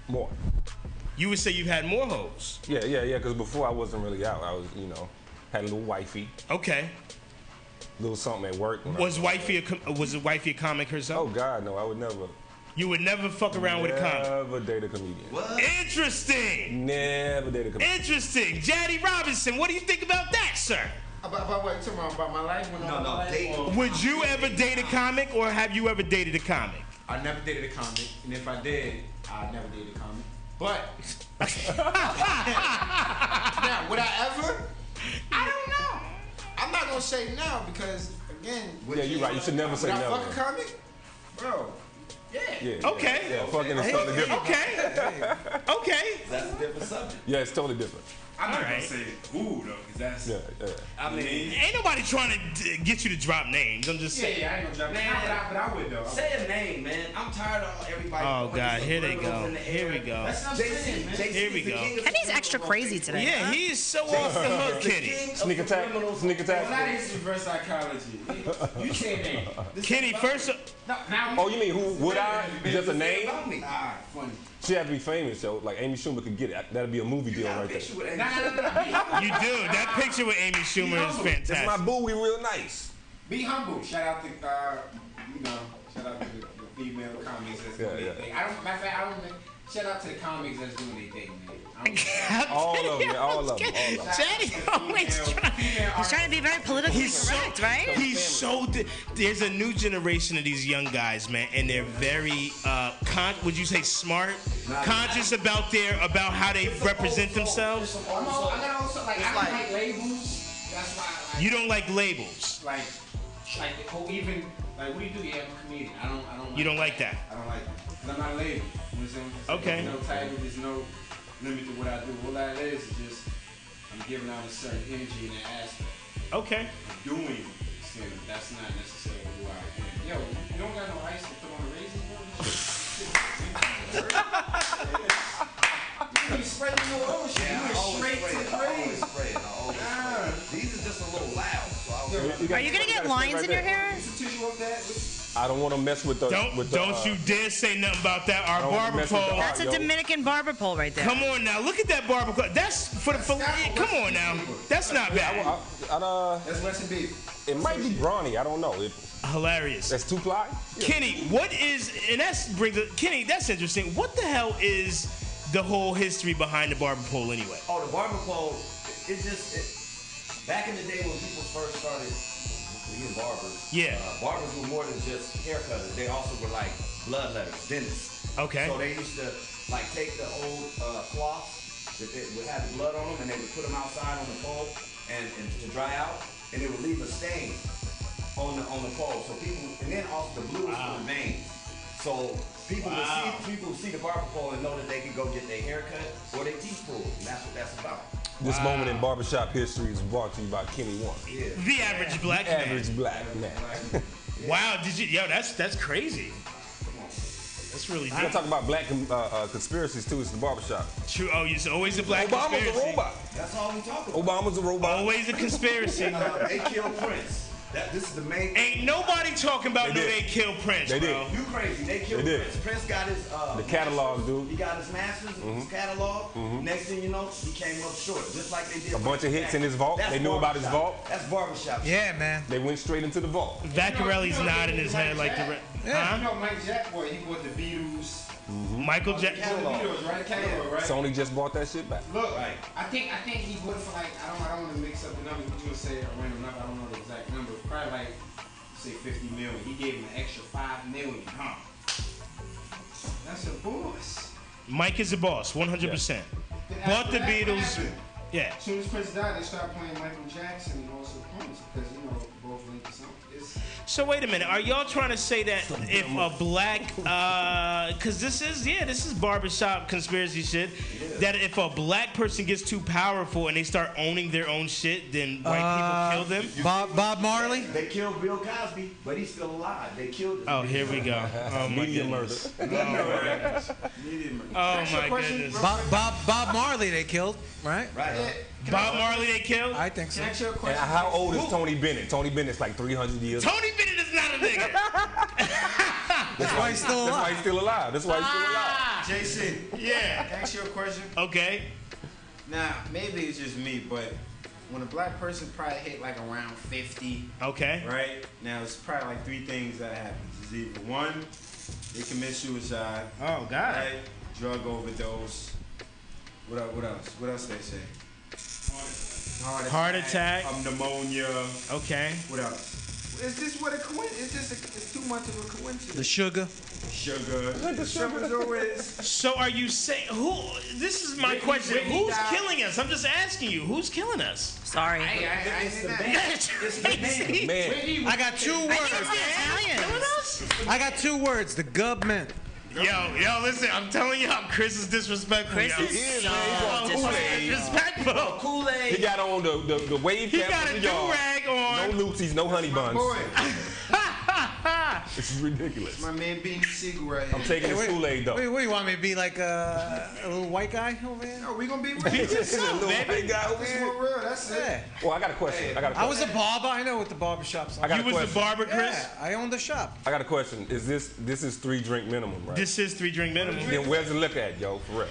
[SPEAKER 4] More.
[SPEAKER 1] You would say you've had more hoes.
[SPEAKER 4] Yeah, yeah, yeah. Because before I wasn't really out. I was, you know, had a little wifey,
[SPEAKER 1] Okay.
[SPEAKER 4] little something at work. when I
[SPEAKER 1] Was wifey a com- was wifey a comic herself?
[SPEAKER 4] Oh God, no! I would never.
[SPEAKER 1] You would never fuck around with a comic.
[SPEAKER 4] Never date a comedian.
[SPEAKER 1] Interesting.
[SPEAKER 4] Never date a comedian.
[SPEAKER 1] Interesting. Jaddy Robinson, what do you think about that, sir?
[SPEAKER 15] About, about what? You talking about, about my life? When
[SPEAKER 14] no, no, date.
[SPEAKER 1] Would you ever date a comic or have you ever dated a comic?
[SPEAKER 15] I never dated a comic, and if I did, I never dated a comic. But now, would I ever? I don't know. I'm not gonna say now because again,
[SPEAKER 4] Yeah, you're right. You should never say
[SPEAKER 15] would I
[SPEAKER 4] never.
[SPEAKER 15] fuck a comic, bro? Yeah.
[SPEAKER 4] Yeah, yeah,
[SPEAKER 1] Okay.
[SPEAKER 4] Yeah, fucking is totally different.
[SPEAKER 1] Okay. okay.
[SPEAKER 14] That's a different subject.
[SPEAKER 4] Yeah, it's totally different.
[SPEAKER 16] I'm not
[SPEAKER 1] Alright.
[SPEAKER 16] gonna say who though, cause that's.
[SPEAKER 4] Yeah, yeah.
[SPEAKER 16] I mean,
[SPEAKER 1] Ain't nobody trying to d- get you to drop names. I'm just
[SPEAKER 16] Yeah,
[SPEAKER 1] saying.
[SPEAKER 16] yeah, I ain't gonna drop
[SPEAKER 14] Man,
[SPEAKER 16] Nah, but I- but I would, though.
[SPEAKER 14] Say a name, man. I'm tired of everybody.
[SPEAKER 1] Oh,
[SPEAKER 14] throwing
[SPEAKER 1] God,
[SPEAKER 14] these
[SPEAKER 1] here they
[SPEAKER 14] subliminals
[SPEAKER 1] go.
[SPEAKER 14] in the
[SPEAKER 1] Here
[SPEAKER 14] air.
[SPEAKER 1] we go.
[SPEAKER 14] That's what I'm saying, man.
[SPEAKER 1] Here we
[SPEAKER 14] JC is the
[SPEAKER 1] go.
[SPEAKER 14] king of
[SPEAKER 3] Kenny's extra crazy today.
[SPEAKER 1] Yeah,
[SPEAKER 3] huh?
[SPEAKER 1] he is so off the hook, Kenny.
[SPEAKER 4] Sneak attack. Sneak
[SPEAKER 15] Well, that
[SPEAKER 4] attack.
[SPEAKER 15] is reverse psychology. You saying that? This
[SPEAKER 1] Kenny,
[SPEAKER 15] is about-
[SPEAKER 1] first. of-
[SPEAKER 15] No, now
[SPEAKER 4] Oh, you mean who? Would I? Just a name?
[SPEAKER 14] about me.
[SPEAKER 15] Ah, funny.
[SPEAKER 4] She had to be famous, yo. Like Amy Schumer could get it. That'd be a movie deal right there.
[SPEAKER 14] Picture with Amy
[SPEAKER 15] Nah, nah,
[SPEAKER 14] Schumer.
[SPEAKER 15] nah, nah. Be humble.
[SPEAKER 1] You do. That picture with Amy Schumer
[SPEAKER 4] That's
[SPEAKER 1] is
[SPEAKER 4] my
[SPEAKER 1] fantastic.
[SPEAKER 4] boo. We real nice.
[SPEAKER 15] Be humble. Shout out to uh, you know, shout out to the, the female comics that's doing
[SPEAKER 4] Yeah,
[SPEAKER 15] their
[SPEAKER 4] yeah.
[SPEAKER 15] thing. I don't, matter of fact, I don't. even- Shout out to the comics that's doing their thing, man. I don't-
[SPEAKER 4] All of them, man. All of them. All of them.
[SPEAKER 3] Jaddy always trying. Oh, He's trying to be very politically
[SPEAKER 1] He's so
[SPEAKER 3] correct, right?
[SPEAKER 1] he's so. Di- There's a new generation of these young guys, man, and they're very, uh, con- would you say, smart, conscious about their about how they represent themselves.
[SPEAKER 15] I'm all, I got also like I don't like labels. That's why I
[SPEAKER 1] You don't like labels.
[SPEAKER 15] like like or even like what do you do? Yeah, I'm a comedian. I don't I don't. Like,
[SPEAKER 1] You don't like that.
[SPEAKER 15] I don't like. it. 'Cause I'm not a label. You know what I'm saying? It's like,
[SPEAKER 1] Okay.
[SPEAKER 15] There's no title. There's no limit to what I do. All that is is just I'm giving out a certain energy in that aspect.
[SPEAKER 1] Okay.
[SPEAKER 15] doing sin, that's not necessarily who I am. Yo, you don't got no ice to put on the raisins, bro? You should- you should- you should- you
[SPEAKER 14] sprayed a little other shit.
[SPEAKER 17] Yeah, I
[SPEAKER 14] you went
[SPEAKER 17] always
[SPEAKER 14] straight to
[SPEAKER 17] spray it. I always
[SPEAKER 14] crazy.
[SPEAKER 17] spray it. I always
[SPEAKER 14] spray it. These are just a little loud. So I was
[SPEAKER 4] Yo, you
[SPEAKER 3] Are you gonna get lines in your hair?
[SPEAKER 4] I don't want to mess with the.
[SPEAKER 1] Don't
[SPEAKER 4] with the,
[SPEAKER 1] don't
[SPEAKER 4] uh,
[SPEAKER 1] you dare say nothing about that.
[SPEAKER 4] I
[SPEAKER 1] Our
[SPEAKER 4] don't wanna
[SPEAKER 1] barber
[SPEAKER 4] mess with the
[SPEAKER 1] pole.
[SPEAKER 4] art,
[SPEAKER 3] That's a Dominican barber pole right there.
[SPEAKER 1] Come on now, look at that barber pole. That's for the. For, come on now, that's not bad.
[SPEAKER 4] I, uh, That's Weston B. It might be brawny. I don't know. It,
[SPEAKER 1] Hilarious.
[SPEAKER 4] That's two ply.
[SPEAKER 1] Kenny, what is and that's brings up Kenny, that's interesting. What the hell is the whole history behind the barber pole anyway?
[SPEAKER 14] Oh, the barber pole, it just, it, back in the day when people first started being barbers,
[SPEAKER 1] Yeah.
[SPEAKER 14] uh, barbers were more than just haircutters. They also were like bloodletters, dentists.
[SPEAKER 1] Okay.
[SPEAKER 14] So they used to like take the old uh, cloths that they would have blood on them and they would put them outside on the pole and, and to dry out and they would leave a stain on the on the pole. So people and then also the blues from the veins. So people
[SPEAKER 1] Wow.
[SPEAKER 14] would see people would see the barber pole and know that they could go get their haircut or their teeth pulled. And that's what that's about.
[SPEAKER 4] This moment in barbershop history is brought to you by Kenny One.
[SPEAKER 14] Yeah.
[SPEAKER 1] The average black man.
[SPEAKER 4] Average black man.
[SPEAKER 1] Wow, did you yo, that's that's crazy. That's really
[SPEAKER 4] I'm gonna
[SPEAKER 1] deep.
[SPEAKER 4] talk about black uh, uh, conspiracies too. It's the barbershop.
[SPEAKER 1] True. Oh, it's always the black
[SPEAKER 4] Obama's
[SPEAKER 1] conspiracy.
[SPEAKER 4] a robot.
[SPEAKER 14] That's all we talk about.
[SPEAKER 4] Obama's a robot.
[SPEAKER 1] Always a conspiracy.
[SPEAKER 14] Uh, they killed Prince. That, this is the main.
[SPEAKER 1] Ain't nobody talking
[SPEAKER 4] They
[SPEAKER 1] about no
[SPEAKER 4] did.
[SPEAKER 1] they killed Prince,
[SPEAKER 4] They
[SPEAKER 1] bro.
[SPEAKER 4] did.
[SPEAKER 14] You crazy? They killed
[SPEAKER 4] They did.
[SPEAKER 14] Prince. Prince got his uh,
[SPEAKER 4] The catalog, dude.
[SPEAKER 14] He got his masters, his
[SPEAKER 4] Mhm.
[SPEAKER 14] catalog.
[SPEAKER 4] Mhm.
[SPEAKER 14] Next thing you know, he came up short, just like they did.
[SPEAKER 4] A bunch of hits in his vault.
[SPEAKER 14] That's
[SPEAKER 4] They knew about his
[SPEAKER 14] barbershop.
[SPEAKER 4] vault.
[SPEAKER 14] That's barbershop.
[SPEAKER 2] Yeah, man.
[SPEAKER 4] They went straight into the vault.
[SPEAKER 1] Vaccarelli's nodding his head like the.
[SPEAKER 18] Jack.
[SPEAKER 1] Re-
[SPEAKER 18] Yeah. You
[SPEAKER 1] huh? Mm-hmm.
[SPEAKER 18] know Mike Jack, boy, he bought the Beatles.
[SPEAKER 1] Michael Jack.
[SPEAKER 18] Catalog. The Beatles, right? Catalog, right?
[SPEAKER 4] Mm-hmm. Sony just bought that shit back.
[SPEAKER 18] Look, I think I think he bought it for like I don't I don't want to mix up the numbers, but you would say a random number. I don't know the exact number. Probably like say 50 million. He gave him an extra five million, huh? That's a boss.
[SPEAKER 1] Mike is the boss, 100%. Bought the Beatles. Yeah.
[SPEAKER 18] As soon as Prince died, they started playing Michael Jackson and also Prince because you know both linked to something. It's,
[SPEAKER 1] So wait a minute. Are y'all trying to say that if a black, because this is yeah, this is barbershop conspiracy shit, that if a black person gets too powerful and they start owning their own shit, then white
[SPEAKER 4] Uh,
[SPEAKER 1] people kill them?
[SPEAKER 2] Uh, Bob Bob Marley.
[SPEAKER 14] They killed Bill Cosby, but he's still alive. They killed him.
[SPEAKER 1] Oh, here we go. Oh my
[SPEAKER 4] Media
[SPEAKER 1] goodness.
[SPEAKER 4] murder.
[SPEAKER 1] Oh, my goodness. Oh my goodness.
[SPEAKER 2] Bob, Bob Bob Marley they killed, right?
[SPEAKER 14] Right.
[SPEAKER 1] Bob Marley they killed.
[SPEAKER 2] I think so.
[SPEAKER 4] And how old is Tony Bennett? Tony Bennett's like 300 years.
[SPEAKER 1] Tony Bennett is not a nigga.
[SPEAKER 4] That's why he's still alive. That's why he's still alive. That's why he's still alive.
[SPEAKER 1] Ah.
[SPEAKER 18] Jason,
[SPEAKER 1] Yeah.
[SPEAKER 18] Can I ask you a question?
[SPEAKER 1] Okay.
[SPEAKER 18] Now, maybe it's just me, but when a black person probably hit like around 50,
[SPEAKER 1] Okay.
[SPEAKER 18] right? Now, it's probably like three things that happens. It's either one, they commit suicide.
[SPEAKER 1] Oh, God.
[SPEAKER 18] Right? Drug overdose. What, el- what else? What else they say? Heart
[SPEAKER 1] Heart attack.
[SPEAKER 18] um, pneumonia.
[SPEAKER 1] Okay.
[SPEAKER 18] What else? Is this what a coincidence? Is this a, it's too much of a coincidence?
[SPEAKER 2] The sugar.
[SPEAKER 18] Sugar.
[SPEAKER 2] Look at
[SPEAKER 18] Sugar's always.
[SPEAKER 1] So are you saying who? This is my
[SPEAKER 18] Whitney-
[SPEAKER 1] question.
[SPEAKER 18] Whitney
[SPEAKER 1] Who's
[SPEAKER 18] died.
[SPEAKER 1] killing us? I'm just asking you. Who's killing us?
[SPEAKER 3] Sorry.
[SPEAKER 18] I, I, I,
[SPEAKER 14] It's the
[SPEAKER 18] did
[SPEAKER 14] man.
[SPEAKER 18] that.
[SPEAKER 14] It's the man.
[SPEAKER 1] Man.
[SPEAKER 2] I got two words.
[SPEAKER 3] Italian.
[SPEAKER 2] I got two words. The government.
[SPEAKER 1] Yo, yo, listen, I'm telling y'all, Chris is disrespectful.
[SPEAKER 3] Chris
[SPEAKER 1] yo.
[SPEAKER 3] is He is,
[SPEAKER 4] man. He's on
[SPEAKER 1] He's
[SPEAKER 4] Kool-Aid.
[SPEAKER 1] disrespectful.
[SPEAKER 4] He got on the, the, the wave
[SPEAKER 1] He
[SPEAKER 4] cap
[SPEAKER 1] got
[SPEAKER 4] from
[SPEAKER 1] a
[SPEAKER 4] the yard.
[SPEAKER 1] do-rag on.
[SPEAKER 4] No looties, no honey buns.
[SPEAKER 18] Boy,
[SPEAKER 4] This is ridiculous.
[SPEAKER 18] my man Beanie Siegel right here.
[SPEAKER 4] I'm taking
[SPEAKER 2] Hey,
[SPEAKER 4] this
[SPEAKER 2] wait,
[SPEAKER 4] Kool-Aid though.
[SPEAKER 2] Wait, what do you want me to be like a, a little white guy over here?
[SPEAKER 18] No, we gonna be real.
[SPEAKER 1] Beat
[SPEAKER 18] This
[SPEAKER 1] yourself,
[SPEAKER 4] Little
[SPEAKER 1] baby.
[SPEAKER 4] white guy over here.
[SPEAKER 18] more real. That's it.
[SPEAKER 2] Yeah.
[SPEAKER 4] Well, I got a question. I got a
[SPEAKER 2] I
[SPEAKER 4] question.
[SPEAKER 2] was a barber. I know what the barber shops
[SPEAKER 4] I
[SPEAKER 2] are.
[SPEAKER 4] got
[SPEAKER 1] You
[SPEAKER 4] a
[SPEAKER 1] was the
[SPEAKER 4] question.
[SPEAKER 1] barber, Chris.
[SPEAKER 2] Yeah, I owned the shop.
[SPEAKER 4] I got a question. Is this this is three drink minimum, right?
[SPEAKER 1] This is three drink minimum.
[SPEAKER 4] then where's the liquor at, yo? For real.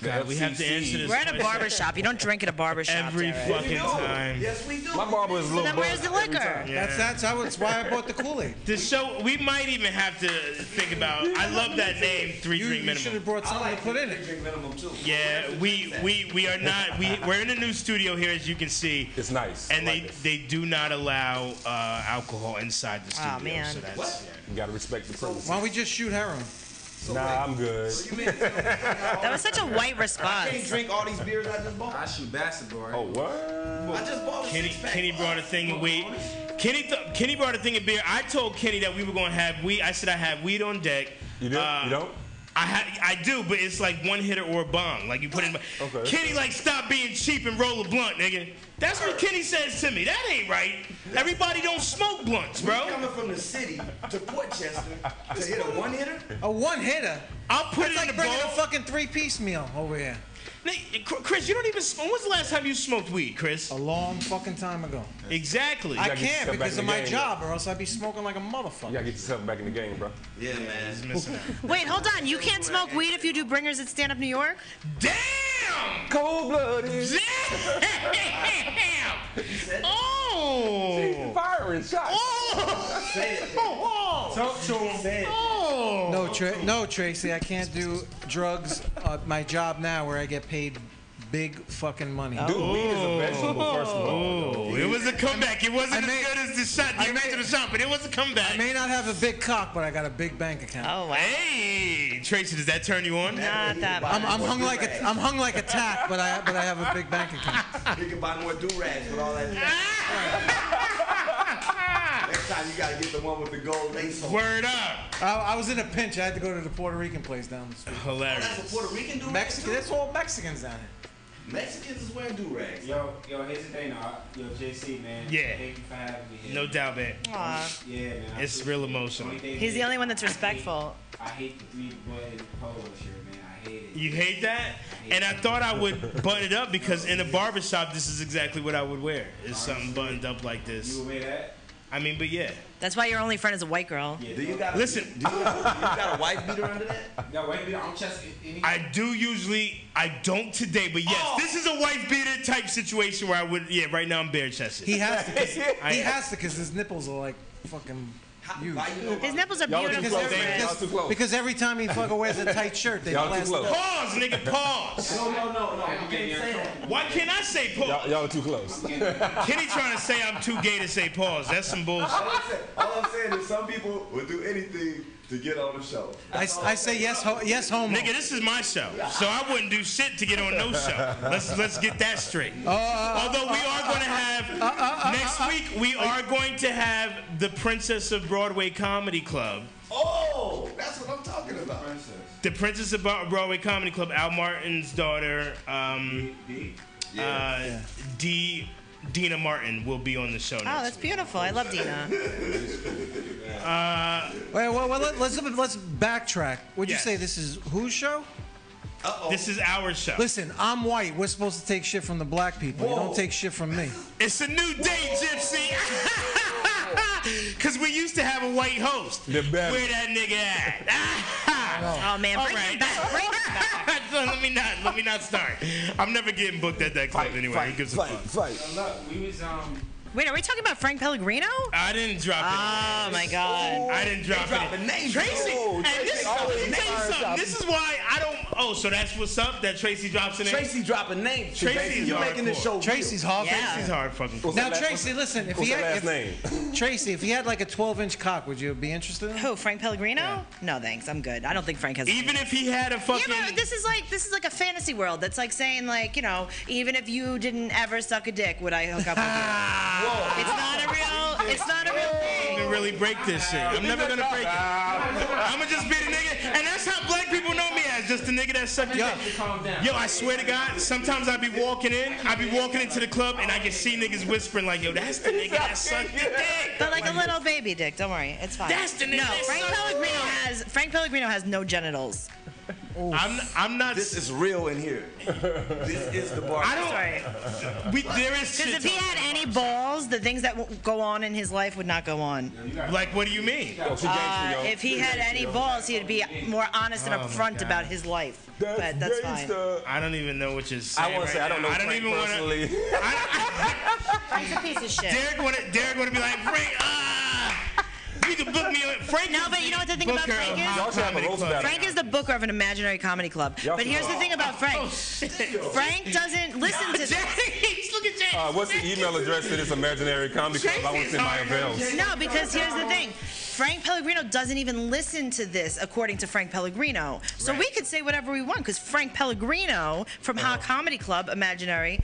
[SPEAKER 4] The
[SPEAKER 1] God, we have to
[SPEAKER 4] FCC
[SPEAKER 1] answer this
[SPEAKER 3] We're at a barber shop. You don't drink at a barber shop.
[SPEAKER 1] every
[SPEAKER 3] Derek.
[SPEAKER 1] fucking time.
[SPEAKER 14] Yes, we do.
[SPEAKER 4] My barber is a little
[SPEAKER 3] Then where's the
[SPEAKER 4] buzzed every
[SPEAKER 3] liquor?
[SPEAKER 4] time.
[SPEAKER 1] Yeah.
[SPEAKER 2] That's that's how it's why I bought the Kool Aid.
[SPEAKER 1] This show, we might even have to think about. I love that name, three
[SPEAKER 2] You,
[SPEAKER 1] drink
[SPEAKER 2] you should
[SPEAKER 1] minimum.
[SPEAKER 2] have brought
[SPEAKER 14] I
[SPEAKER 2] something
[SPEAKER 14] like
[SPEAKER 2] to put in it.
[SPEAKER 14] Drink minimum too.
[SPEAKER 1] Yeah, we we we are not. We we're in a new studio here, as you can see,
[SPEAKER 4] It's nice.
[SPEAKER 1] and
[SPEAKER 4] I
[SPEAKER 1] they
[SPEAKER 4] like it.
[SPEAKER 1] they do not allow uh, alcohol inside the studio.
[SPEAKER 3] Aw, man.
[SPEAKER 1] So that's
[SPEAKER 14] What?
[SPEAKER 4] You gotta respect the premises.
[SPEAKER 2] Why don't we just shoot heroin?
[SPEAKER 4] Nah, I'm good.
[SPEAKER 14] You mean to tell me I got all
[SPEAKER 3] That was such a white
[SPEAKER 14] I can't
[SPEAKER 3] response.
[SPEAKER 14] drink all these beers I just bought.
[SPEAKER 18] I shoot basketball. Right?
[SPEAKER 4] Oh what?
[SPEAKER 14] I just bought a
[SPEAKER 1] Kenny
[SPEAKER 14] six pack.
[SPEAKER 1] Kenny brought a thing of weed. Kenny th- Kenny brought a thing of beer. I told Kenny that we were gonna have weed. I said I have weed on deck.
[SPEAKER 4] You do?
[SPEAKER 1] Uh,
[SPEAKER 4] you don't?
[SPEAKER 1] I ha- I do, but it's like one hitter or a bomb. Like you put in. Kenny like stop being cheap and roll a blunt, nigga. That's what Kenny says to me. That ain't right. Everybody don't smoke blunts, bro. coming from the city to Port Chester to hit a one hitter.
[SPEAKER 2] A one hitter.
[SPEAKER 1] I'll put
[SPEAKER 2] That's
[SPEAKER 1] it
[SPEAKER 2] like
[SPEAKER 1] in the
[SPEAKER 2] bringing
[SPEAKER 1] bowl.
[SPEAKER 2] a fucking three piece meal over here.
[SPEAKER 1] Nick, Cr- Chris, you don't even. sm- When was the last time you smoked weed, Chris? A
[SPEAKER 2] long fucking time ago.
[SPEAKER 1] Exactly.
[SPEAKER 2] I can't
[SPEAKER 4] yourself back
[SPEAKER 2] because
[SPEAKER 4] in
[SPEAKER 2] of
[SPEAKER 4] the
[SPEAKER 2] my
[SPEAKER 4] game,
[SPEAKER 2] job, or else I'd be smoking like a
[SPEAKER 4] You
[SPEAKER 2] motherfucker.
[SPEAKER 4] gotta get yourself back in the game, bro.
[SPEAKER 14] Yeah, man. He's
[SPEAKER 1] missing
[SPEAKER 3] Wait, hold on. You can't smoke weed if you do bringers at Stand Up New York?
[SPEAKER 1] Damn!
[SPEAKER 4] Cold blooded.
[SPEAKER 1] Oh!
[SPEAKER 4] Firing shots.
[SPEAKER 1] Oh! oh!
[SPEAKER 16] Talk to him. Say it.
[SPEAKER 1] Oh!
[SPEAKER 2] No, Tra- no, Tracy, I can't do drugs at my job now where I get paid big fucking money.
[SPEAKER 4] Dude, weed is
[SPEAKER 2] Oh.
[SPEAKER 4] a vegetable, first of all.
[SPEAKER 1] It was a comeback. It wasn't as good as the shot, the original shot, but it was a comeback.
[SPEAKER 2] I may not have a big cock, but I got a big bank account.
[SPEAKER 3] Oh wow!
[SPEAKER 1] Hey, Tracy, does that turn you on?
[SPEAKER 3] Not that
[SPEAKER 2] I'm, I'm hung like a, I'm hung like a tack, but I but I have a big bank account.
[SPEAKER 14] You can buy more do rags with all that. Next time you gotta get the one with the gold lace on. Oh,
[SPEAKER 1] Word up!
[SPEAKER 2] I, I was in a pinch. I had to go to the Puerto Rican place down the street.
[SPEAKER 1] Hilarious.
[SPEAKER 14] That's what Puerto Rican do.
[SPEAKER 2] Mexican. That's all Mexicans down here.
[SPEAKER 14] Mexicans is wearing do rags.
[SPEAKER 16] Yo, yo, here's the thing, though. Yo, JC, man.
[SPEAKER 1] Yeah.
[SPEAKER 16] Thank you for having me. here.
[SPEAKER 1] No doubt, man.
[SPEAKER 3] Aw.
[SPEAKER 16] Yeah, man. I
[SPEAKER 1] It's
[SPEAKER 16] appreciate
[SPEAKER 1] real
[SPEAKER 16] it.
[SPEAKER 1] emotional.
[SPEAKER 16] thing
[SPEAKER 3] He's the
[SPEAKER 16] is,
[SPEAKER 3] only one that's respectful.
[SPEAKER 16] I hate the three button polo shirt, man. I hate it.
[SPEAKER 1] You hate that? And I thought I would button it up because in a barbershop, this is exactly what I would wear. Is something buttoned up like this. You would
[SPEAKER 16] wear that?
[SPEAKER 1] I mean, but yeah.
[SPEAKER 3] That's why your only friend is a white girl.
[SPEAKER 1] Do you got listen? Do you, got a white beater under that?
[SPEAKER 16] No, wait a minute. I'm just. Any,
[SPEAKER 1] I do usually. I don't today, but yes,
[SPEAKER 16] Oh.
[SPEAKER 1] this is a white beater type situation where I would. Yeah, right now I'm bare chested.
[SPEAKER 2] He has to. 'cause-
[SPEAKER 1] I-
[SPEAKER 2] he has to because his nipples are like fucking. Huge.
[SPEAKER 3] His nipples are
[SPEAKER 2] Y'all too
[SPEAKER 3] beautiful.
[SPEAKER 2] close, man. Y'all too close. Because every time he fucking wears a tight shirt, they
[SPEAKER 4] Y'all too
[SPEAKER 2] blast it
[SPEAKER 4] close.
[SPEAKER 2] up.
[SPEAKER 1] Pause, nigga. Pause.
[SPEAKER 16] No, no, no, no. You can't say that.
[SPEAKER 1] Why can't I say pause?
[SPEAKER 4] Y'all, y'all too close.
[SPEAKER 1] Kenny trying to say I'm too gay to say pause. That's some bullshit.
[SPEAKER 14] All I'm, saying, all I'm saying is some people would do anything to get on the show.
[SPEAKER 2] I, I say yes, ho- yes, homo.
[SPEAKER 1] Nigga, this is my show, so I wouldn't do shit to get on no show. Let's let's get that straight.
[SPEAKER 2] Oh, uh,
[SPEAKER 1] Although we are going to have next week, we are going to have the Princess of Broadway Comedy Club.
[SPEAKER 14] Oh, that's what I'm talking about.
[SPEAKER 1] The Princess of Bro- Broadway Comedy Club, Al Martin's daughter, um, uh, D. Dina Martin will be on the show.
[SPEAKER 3] Oh,
[SPEAKER 1] Next.
[SPEAKER 3] that's beautiful. I love Dina.
[SPEAKER 1] Uh,
[SPEAKER 2] Wait, well, well let, let's let's backtrack. Would you
[SPEAKER 1] Yes.
[SPEAKER 2] say this is whose show?
[SPEAKER 1] this is our show.
[SPEAKER 2] Listen, I'm white. We're supposed to take shit from the black people. You
[SPEAKER 1] Whoa.
[SPEAKER 2] don't take shit from me.
[SPEAKER 1] It's a new day, Gypsy. Cause we used to have a white host. Where that nigga at?
[SPEAKER 3] oh man,
[SPEAKER 1] All
[SPEAKER 3] bring
[SPEAKER 1] right.
[SPEAKER 3] it back. Bring it back.
[SPEAKER 1] So let me not let me not start. I'm never getting booked at that club anyway. Who gives a fuck?
[SPEAKER 16] Look, we was um.
[SPEAKER 3] Wait, are we talking about Frank Pellegrino?
[SPEAKER 1] I didn't drop it.
[SPEAKER 3] Oh my god.
[SPEAKER 1] I didn't drop it. Tracy,
[SPEAKER 12] Oh,
[SPEAKER 1] and
[SPEAKER 12] Tracy
[SPEAKER 1] this,
[SPEAKER 12] always
[SPEAKER 1] let me tell you
[SPEAKER 12] iron
[SPEAKER 1] something.
[SPEAKER 12] drop.
[SPEAKER 1] This is why I don't. Oh, so that's what's up. That Tracy drops in there.
[SPEAKER 12] Tracy dropping names.
[SPEAKER 1] Tracy is
[SPEAKER 12] you're
[SPEAKER 1] hardcore.
[SPEAKER 12] making this show.
[SPEAKER 2] Tracy's hard.
[SPEAKER 1] Tracy's hard fucking. cool.
[SPEAKER 2] Now, Tracy, listen. If he had, if, Tracy, if he had like a 12-inch cock, would you be interested? In?
[SPEAKER 3] Who? Frank Pellegrino? No, thanks. I'm good. I don't think Frank has.
[SPEAKER 1] Even if he had a fucking.
[SPEAKER 3] Yeah, but this is like this is like a fantasy world. That's like saying like you know, even if you didn't ever suck a dick, would I hook up
[SPEAKER 1] Ah,
[SPEAKER 3] with you? it's not a real. It's not a real thing.
[SPEAKER 1] even really break this shit. I'm never gonna break it. I'ma just be the nigga, and that's how black people know me as just the nigga that sucked your dick. Yo, I swear to God, sometimes I be walking in, I be walking into the club, and I can see niggas whispering like, yo, that's the nigga that sucked the dick.
[SPEAKER 3] But like a little baby dick. Don't worry, it's fine.
[SPEAKER 1] That's the nigga
[SPEAKER 3] No,
[SPEAKER 1] that
[SPEAKER 3] Frank
[SPEAKER 1] sucked
[SPEAKER 3] Pellegrino
[SPEAKER 1] dick.
[SPEAKER 3] has Frank Pellegrino has no genitals.
[SPEAKER 1] I'm, I'm not.
[SPEAKER 14] This is real in here. This is the bar.
[SPEAKER 1] I don't. We, there
[SPEAKER 3] Because
[SPEAKER 1] is shit.
[SPEAKER 3] if he had any balls, the things that w- go on in his life would not go on.
[SPEAKER 1] Like, what do you mean?
[SPEAKER 3] Uh, if he had any balls, he'd be more honest and
[SPEAKER 1] Oh, my
[SPEAKER 3] upfront
[SPEAKER 1] God.
[SPEAKER 3] about his life. but that's fine.
[SPEAKER 1] I don't even know what you're saying.
[SPEAKER 12] I wanna
[SPEAKER 1] right
[SPEAKER 12] say I don't
[SPEAKER 1] now.
[SPEAKER 12] know
[SPEAKER 1] I don't
[SPEAKER 12] Frank
[SPEAKER 1] even want
[SPEAKER 12] personally.
[SPEAKER 3] Frank's a piece of shit.
[SPEAKER 1] Derek wanna Derek wanna be like Frank. Ah, you can book me. on Frank.
[SPEAKER 3] No, but you know what the thing about
[SPEAKER 1] Booker
[SPEAKER 3] Frank
[SPEAKER 1] of
[SPEAKER 3] is?
[SPEAKER 1] Hot
[SPEAKER 3] Y'all should have a
[SPEAKER 1] Comedy
[SPEAKER 12] roast
[SPEAKER 1] Club. Oh,
[SPEAKER 12] battle.
[SPEAKER 3] Frank is the booker of an imaginary comedy club.
[SPEAKER 12] Y'all
[SPEAKER 3] But here's the
[SPEAKER 12] forgot.
[SPEAKER 3] thing about Frank. Frank doesn't listen to
[SPEAKER 1] this. Look at
[SPEAKER 4] Uh, what's the email address to this imaginary comedy club? I want to send my avails.
[SPEAKER 3] No, because here's the thing. Frank Pellegrino doesn't even listen to this, according to Frank Pellegrino.
[SPEAKER 1] Oh.
[SPEAKER 3] So we could say whatever we want, because Frank Pellegrino from Hot Comedy Club, Imaginary,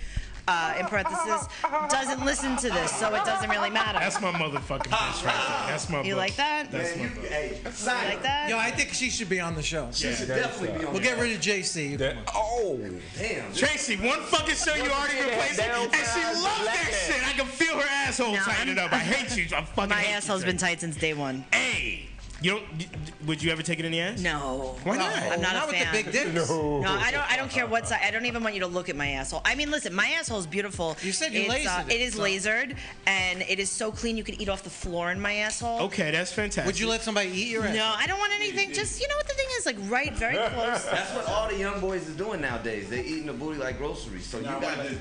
[SPEAKER 3] uh, in parenthesis, doesn't listen to this, so it doesn't really matter.
[SPEAKER 1] That's my motherfucking bitch right there. That's my.
[SPEAKER 3] You
[SPEAKER 1] book.
[SPEAKER 3] like that? Yeah,
[SPEAKER 1] That's my
[SPEAKER 3] you-
[SPEAKER 1] book.
[SPEAKER 3] like that?
[SPEAKER 2] Yo, I think she should be on the show.
[SPEAKER 1] She should definitely be on
[SPEAKER 2] We'll
[SPEAKER 1] the
[SPEAKER 2] get rid of JC.
[SPEAKER 1] oh,
[SPEAKER 2] damn.
[SPEAKER 1] Tracy, one fucking show you already replaced, it, and she loves that shit. I can feel her asshole
[SPEAKER 3] No,
[SPEAKER 1] tighten it
[SPEAKER 3] I'm-
[SPEAKER 1] up. I hate you. I fucking.
[SPEAKER 3] My
[SPEAKER 1] hate
[SPEAKER 3] asshole's
[SPEAKER 1] you,
[SPEAKER 3] been tight since day one.
[SPEAKER 1] Hey, you don't. you- Would you ever take it in the ass?
[SPEAKER 3] No.
[SPEAKER 1] Why not?
[SPEAKER 3] I'm not, a fan.
[SPEAKER 1] No.
[SPEAKER 3] No, I don't. I don't care what size. I don't even want you to look at my asshole. I mean, listen, my asshole is beautiful. You
[SPEAKER 2] said you
[SPEAKER 3] it's, uh,
[SPEAKER 2] lasered it,
[SPEAKER 3] it is
[SPEAKER 2] so-
[SPEAKER 3] lasered, and it is so clean you could eat off the floor in my asshole.
[SPEAKER 1] Okay, that's fantastic.
[SPEAKER 2] Would you let somebody eat your ass?
[SPEAKER 3] No, I don't want anything. Just you know what the thing is, like right, very close.
[SPEAKER 14] That's what all the young boys is doing nowadays. They eating the booty like groceries. So you gotta.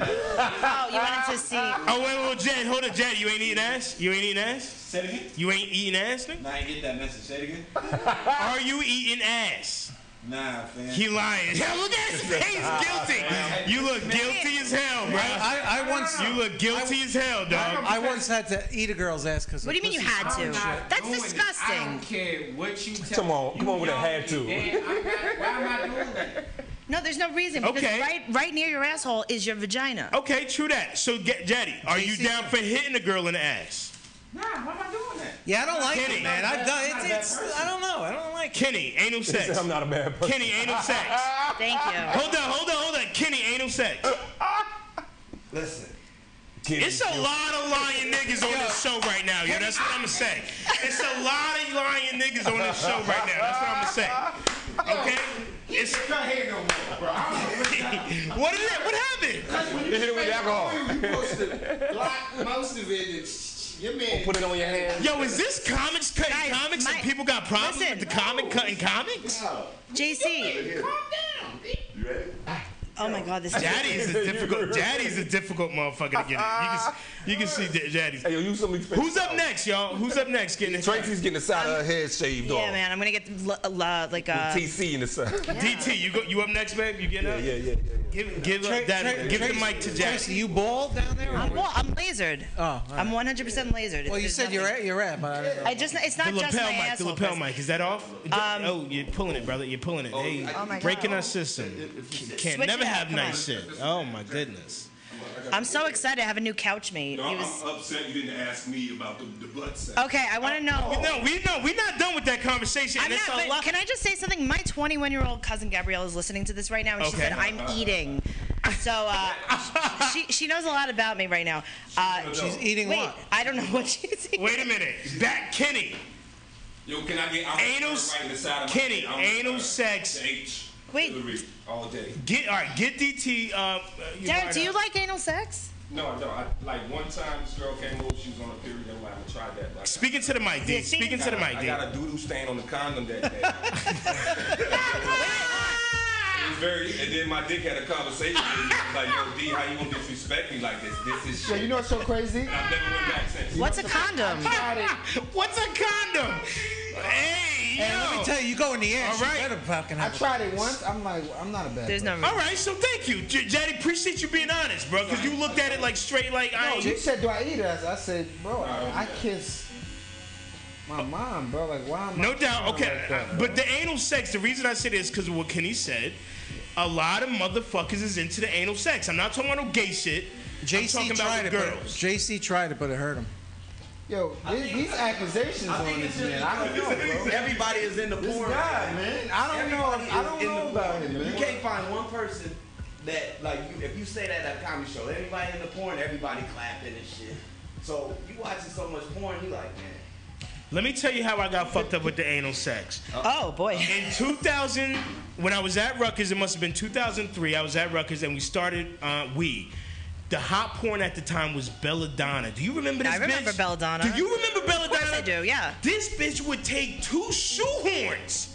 [SPEAKER 3] Oh, you wanted to see.
[SPEAKER 1] Oh wait, wait, Jed, hold up, Jed. You ain't eating ass. You ain't eating ass. Say it again. You ain't eating ass. Nigga?
[SPEAKER 16] Nah, I ain't get that message. Say it again.
[SPEAKER 1] Are you eating ass?
[SPEAKER 16] Nah, fam.
[SPEAKER 1] He lying. Yeah, look at his face. Guilty. You look guilty as hell, bro.
[SPEAKER 2] I, I once
[SPEAKER 1] You look guilty as hell, dog.
[SPEAKER 2] I once had to eat a girl's ass because.
[SPEAKER 3] What do you mean you had to? That's disgusting.
[SPEAKER 16] I don't care what you tell
[SPEAKER 4] Come on, come on with a had to.
[SPEAKER 3] No, there's no reason because
[SPEAKER 1] Okay.
[SPEAKER 3] right, right near your asshole is your vagina.
[SPEAKER 1] Okay, true that. So, get Jetty, are you down for hitting a girl in the ass?
[SPEAKER 16] Nah, why am I doing that?
[SPEAKER 2] Yeah, I don't like
[SPEAKER 1] Kenny.
[SPEAKER 2] it, man. I've done
[SPEAKER 16] Not a
[SPEAKER 2] it's,
[SPEAKER 16] bad
[SPEAKER 2] it's I don't know. I don't like it.
[SPEAKER 1] Kenny, anal sex.
[SPEAKER 4] I'm not a bad person.
[SPEAKER 1] Kenny, anal sex.
[SPEAKER 3] Thank you.
[SPEAKER 1] Hold on, hold on, hold on. Kenny, anal sex.
[SPEAKER 14] Listen.
[SPEAKER 1] It's a lot of lying niggas on this show right now, yo. That's what I'm gonna say. It's a lot of lying niggas on this show right now. That's what I'm gonna say. Okay? It's
[SPEAKER 16] not here no more, bro.
[SPEAKER 1] What is that? What happened?
[SPEAKER 4] You hit it with alcohol.
[SPEAKER 16] Block most of it. It's your man.
[SPEAKER 4] Put it on your hand.
[SPEAKER 1] Yo, is this comics cutting comics and people got problems with the comic cutting comics?
[SPEAKER 3] JC. Oh my God, this
[SPEAKER 1] Daddy is a difficult. Daddy's a difficult motherfucker to get. in. You can, s- you can see Da- Daddy's. Hey,
[SPEAKER 4] yo, you something.
[SPEAKER 1] Who's up next, y'all? Who's up next? Getting it?
[SPEAKER 4] Tracy's getting the side of her head shaved
[SPEAKER 3] Yeah,
[SPEAKER 4] off.
[SPEAKER 3] man, I'm gonna get l- l- like
[SPEAKER 4] With
[SPEAKER 3] uh,
[SPEAKER 4] TC in the side.
[SPEAKER 1] DT, you go. You up next, babe? You getting
[SPEAKER 4] Yeah,
[SPEAKER 1] up?
[SPEAKER 4] yeah, yeah.
[SPEAKER 1] Give, give up that. give the mic to Jack.
[SPEAKER 2] Tracy, you bald down there?
[SPEAKER 3] I'm, well, I'm lasered.
[SPEAKER 2] Oh, all right.
[SPEAKER 3] I'm 100% lasered.
[SPEAKER 2] Well, you
[SPEAKER 3] There's
[SPEAKER 2] said you're
[SPEAKER 3] nothing-
[SPEAKER 2] at, you're at, but I don't know.
[SPEAKER 3] I just, it's not
[SPEAKER 1] the
[SPEAKER 3] just
[SPEAKER 1] lapel
[SPEAKER 3] my
[SPEAKER 1] mic.
[SPEAKER 3] asshole.
[SPEAKER 1] the lapel
[SPEAKER 3] Chris. Um,
[SPEAKER 1] mic. Is that off? oh, you're pulling it, brother. You're pulling it. hey,
[SPEAKER 3] Oh my God.
[SPEAKER 1] breaking our system.
[SPEAKER 3] Switch
[SPEAKER 1] Can't never
[SPEAKER 3] it up,
[SPEAKER 1] have
[SPEAKER 3] come
[SPEAKER 1] nice
[SPEAKER 3] on.
[SPEAKER 1] shit. Oh my goodness.
[SPEAKER 3] I'm so excited. I have a new couch mate.
[SPEAKER 11] No,
[SPEAKER 3] He
[SPEAKER 11] I'm,
[SPEAKER 1] Uh-huh.
[SPEAKER 3] was,
[SPEAKER 11] I'm upset you didn't ask me about the, the blood sex.
[SPEAKER 3] okay, I want to know.
[SPEAKER 1] No, we no, we're not done with that conversation.
[SPEAKER 3] I'm
[SPEAKER 1] and it's
[SPEAKER 3] not,
[SPEAKER 1] a lot-
[SPEAKER 3] but can I just say something? My 21 year old cousin Gabrielle is listening to this right now, and she
[SPEAKER 1] Okay.
[SPEAKER 3] said, I'm eating. So uh, she, she knows a lot about me right now. Uh,
[SPEAKER 11] She's
[SPEAKER 2] eating
[SPEAKER 3] wait,
[SPEAKER 2] what?
[SPEAKER 3] I don't know what she's eating.
[SPEAKER 1] Wait a minute. Back Kenny.
[SPEAKER 11] Yo, can I get
[SPEAKER 1] Anal- Kenny, anal sex.
[SPEAKER 3] Wait.
[SPEAKER 11] all day.
[SPEAKER 1] Get all right. Get DT. Um,
[SPEAKER 3] Derek, do you like anal sex?
[SPEAKER 11] No, no. I, like one time, this girl came over. She was on a period. I'm like, I tried that. Like,
[SPEAKER 1] Speaking to the mic, D.
[SPEAKER 11] Yeah, see?
[SPEAKER 1] Speaking to the mic,
[SPEAKER 11] I
[SPEAKER 1] D.
[SPEAKER 11] got a doodoo stain on the condom that day. it was very. And then my dick had a conversation. With me. Like, yo, D, how you gonna disrespect me like this? This is
[SPEAKER 7] Yo,
[SPEAKER 11] shit.
[SPEAKER 7] you know what's so crazy?
[SPEAKER 11] I've never went back since.
[SPEAKER 3] What's a condom?
[SPEAKER 1] What's a condom? Hey, yo.
[SPEAKER 2] Hey, let me tell you, you go in the air.
[SPEAKER 1] All right.
[SPEAKER 2] You better fucking
[SPEAKER 7] I
[SPEAKER 2] have a-
[SPEAKER 7] tried it once. I'm like, I'm not a bad.
[SPEAKER 3] There's no
[SPEAKER 7] person.
[SPEAKER 1] All right, so thank you, J- Jetty. Appreciate you being honest, bro. Cause you looked at it like straight, like I
[SPEAKER 7] No,
[SPEAKER 1] ain't.
[SPEAKER 7] you said, do I eat it? I said- I said, bro, I, I kiss my mom, bro. Like, why am I?
[SPEAKER 1] No doubt.
[SPEAKER 7] trying
[SPEAKER 1] Okay,
[SPEAKER 7] like that,
[SPEAKER 1] uh,
[SPEAKER 7] bro?
[SPEAKER 1] but the anal sex. The reason I said it is because of what Kenny said. A lot of motherfuckers is into the anal sex. I'm not talking about no gay shit. I'm
[SPEAKER 2] JC
[SPEAKER 1] talking
[SPEAKER 2] tried
[SPEAKER 1] about
[SPEAKER 2] it,
[SPEAKER 1] with
[SPEAKER 2] but
[SPEAKER 1] girls.
[SPEAKER 2] JC tried it, but it hurt him.
[SPEAKER 7] Yo, these, these accusations on this man, I don't know, bro.
[SPEAKER 14] Everybody is in the
[SPEAKER 7] This
[SPEAKER 14] porn.
[SPEAKER 7] guy, man, I don't know.
[SPEAKER 14] Everybody
[SPEAKER 7] I
[SPEAKER 14] is
[SPEAKER 7] don't
[SPEAKER 14] in
[SPEAKER 7] know
[SPEAKER 14] the
[SPEAKER 7] about
[SPEAKER 14] porn.
[SPEAKER 7] him, man.
[SPEAKER 14] You can't find one person that like you, if you say that at a comedy show, everybody in the porn, everybody clapping and shit. So you watching so much porn, you like, man.
[SPEAKER 1] Let me tell you how I got fucked up with the anal sex.
[SPEAKER 3] Oh, boy.
[SPEAKER 1] In 2000, when I was at Rutgers, it must have been 2003. I was at Rutgers and we started uh, we. The hot porn at the time was Belladonna. Do you remember this
[SPEAKER 3] I remember
[SPEAKER 1] bitch?
[SPEAKER 3] Belladonna.
[SPEAKER 1] Do you remember Belladonna?
[SPEAKER 3] Of course I do, yeah.
[SPEAKER 1] This bitch would take two shoehorns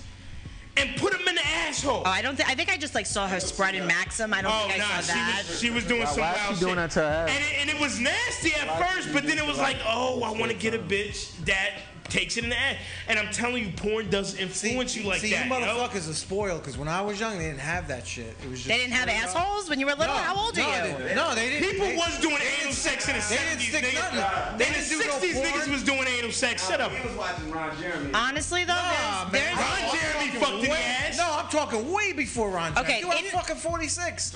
[SPEAKER 1] and put them in the asshole.
[SPEAKER 3] Oh, I don't think. I think I just like saw her spreading Maxim. I don't
[SPEAKER 1] Oh,
[SPEAKER 3] think I
[SPEAKER 1] nah,
[SPEAKER 3] saw that.
[SPEAKER 1] she was, she was doing
[SPEAKER 7] Why-
[SPEAKER 1] some
[SPEAKER 7] why is
[SPEAKER 1] wild
[SPEAKER 7] she doing
[SPEAKER 1] shit.
[SPEAKER 7] that to her ass?
[SPEAKER 1] And it, and it was nasty at
[SPEAKER 7] Why
[SPEAKER 1] first,
[SPEAKER 7] she
[SPEAKER 1] but then
[SPEAKER 7] do
[SPEAKER 1] it was
[SPEAKER 7] that?
[SPEAKER 1] like, oh, I want to get a bitch that takes it in the ass. And I'm telling you, porn does influence you like
[SPEAKER 2] See,
[SPEAKER 1] that.
[SPEAKER 2] you motherfuckers are spoiled because when I was young, they didn't have that shit. It was just
[SPEAKER 3] They didn't have assholes when you were little.
[SPEAKER 2] No,
[SPEAKER 3] How old are
[SPEAKER 2] no,
[SPEAKER 3] you?
[SPEAKER 2] They, no, they didn't.
[SPEAKER 1] People
[SPEAKER 2] they,
[SPEAKER 1] was doing anal sex in the
[SPEAKER 2] They didn't
[SPEAKER 1] 70s,
[SPEAKER 2] stick
[SPEAKER 1] nigga.
[SPEAKER 2] nothing. They
[SPEAKER 1] in the
[SPEAKER 2] didn't do no
[SPEAKER 1] 60s, niggas
[SPEAKER 2] porn.
[SPEAKER 1] was doing anal sex. Shut up.
[SPEAKER 14] He was watching Ron Jeremy.
[SPEAKER 3] Honestly though,
[SPEAKER 2] Nah,
[SPEAKER 3] there's,
[SPEAKER 2] Ah, man.
[SPEAKER 3] there's
[SPEAKER 1] Ron Jeremy fucked in the ass.
[SPEAKER 2] No, I'm I'm talking way before Ron Jack.
[SPEAKER 1] Okay,
[SPEAKER 2] you are
[SPEAKER 1] in-
[SPEAKER 2] fucking 46.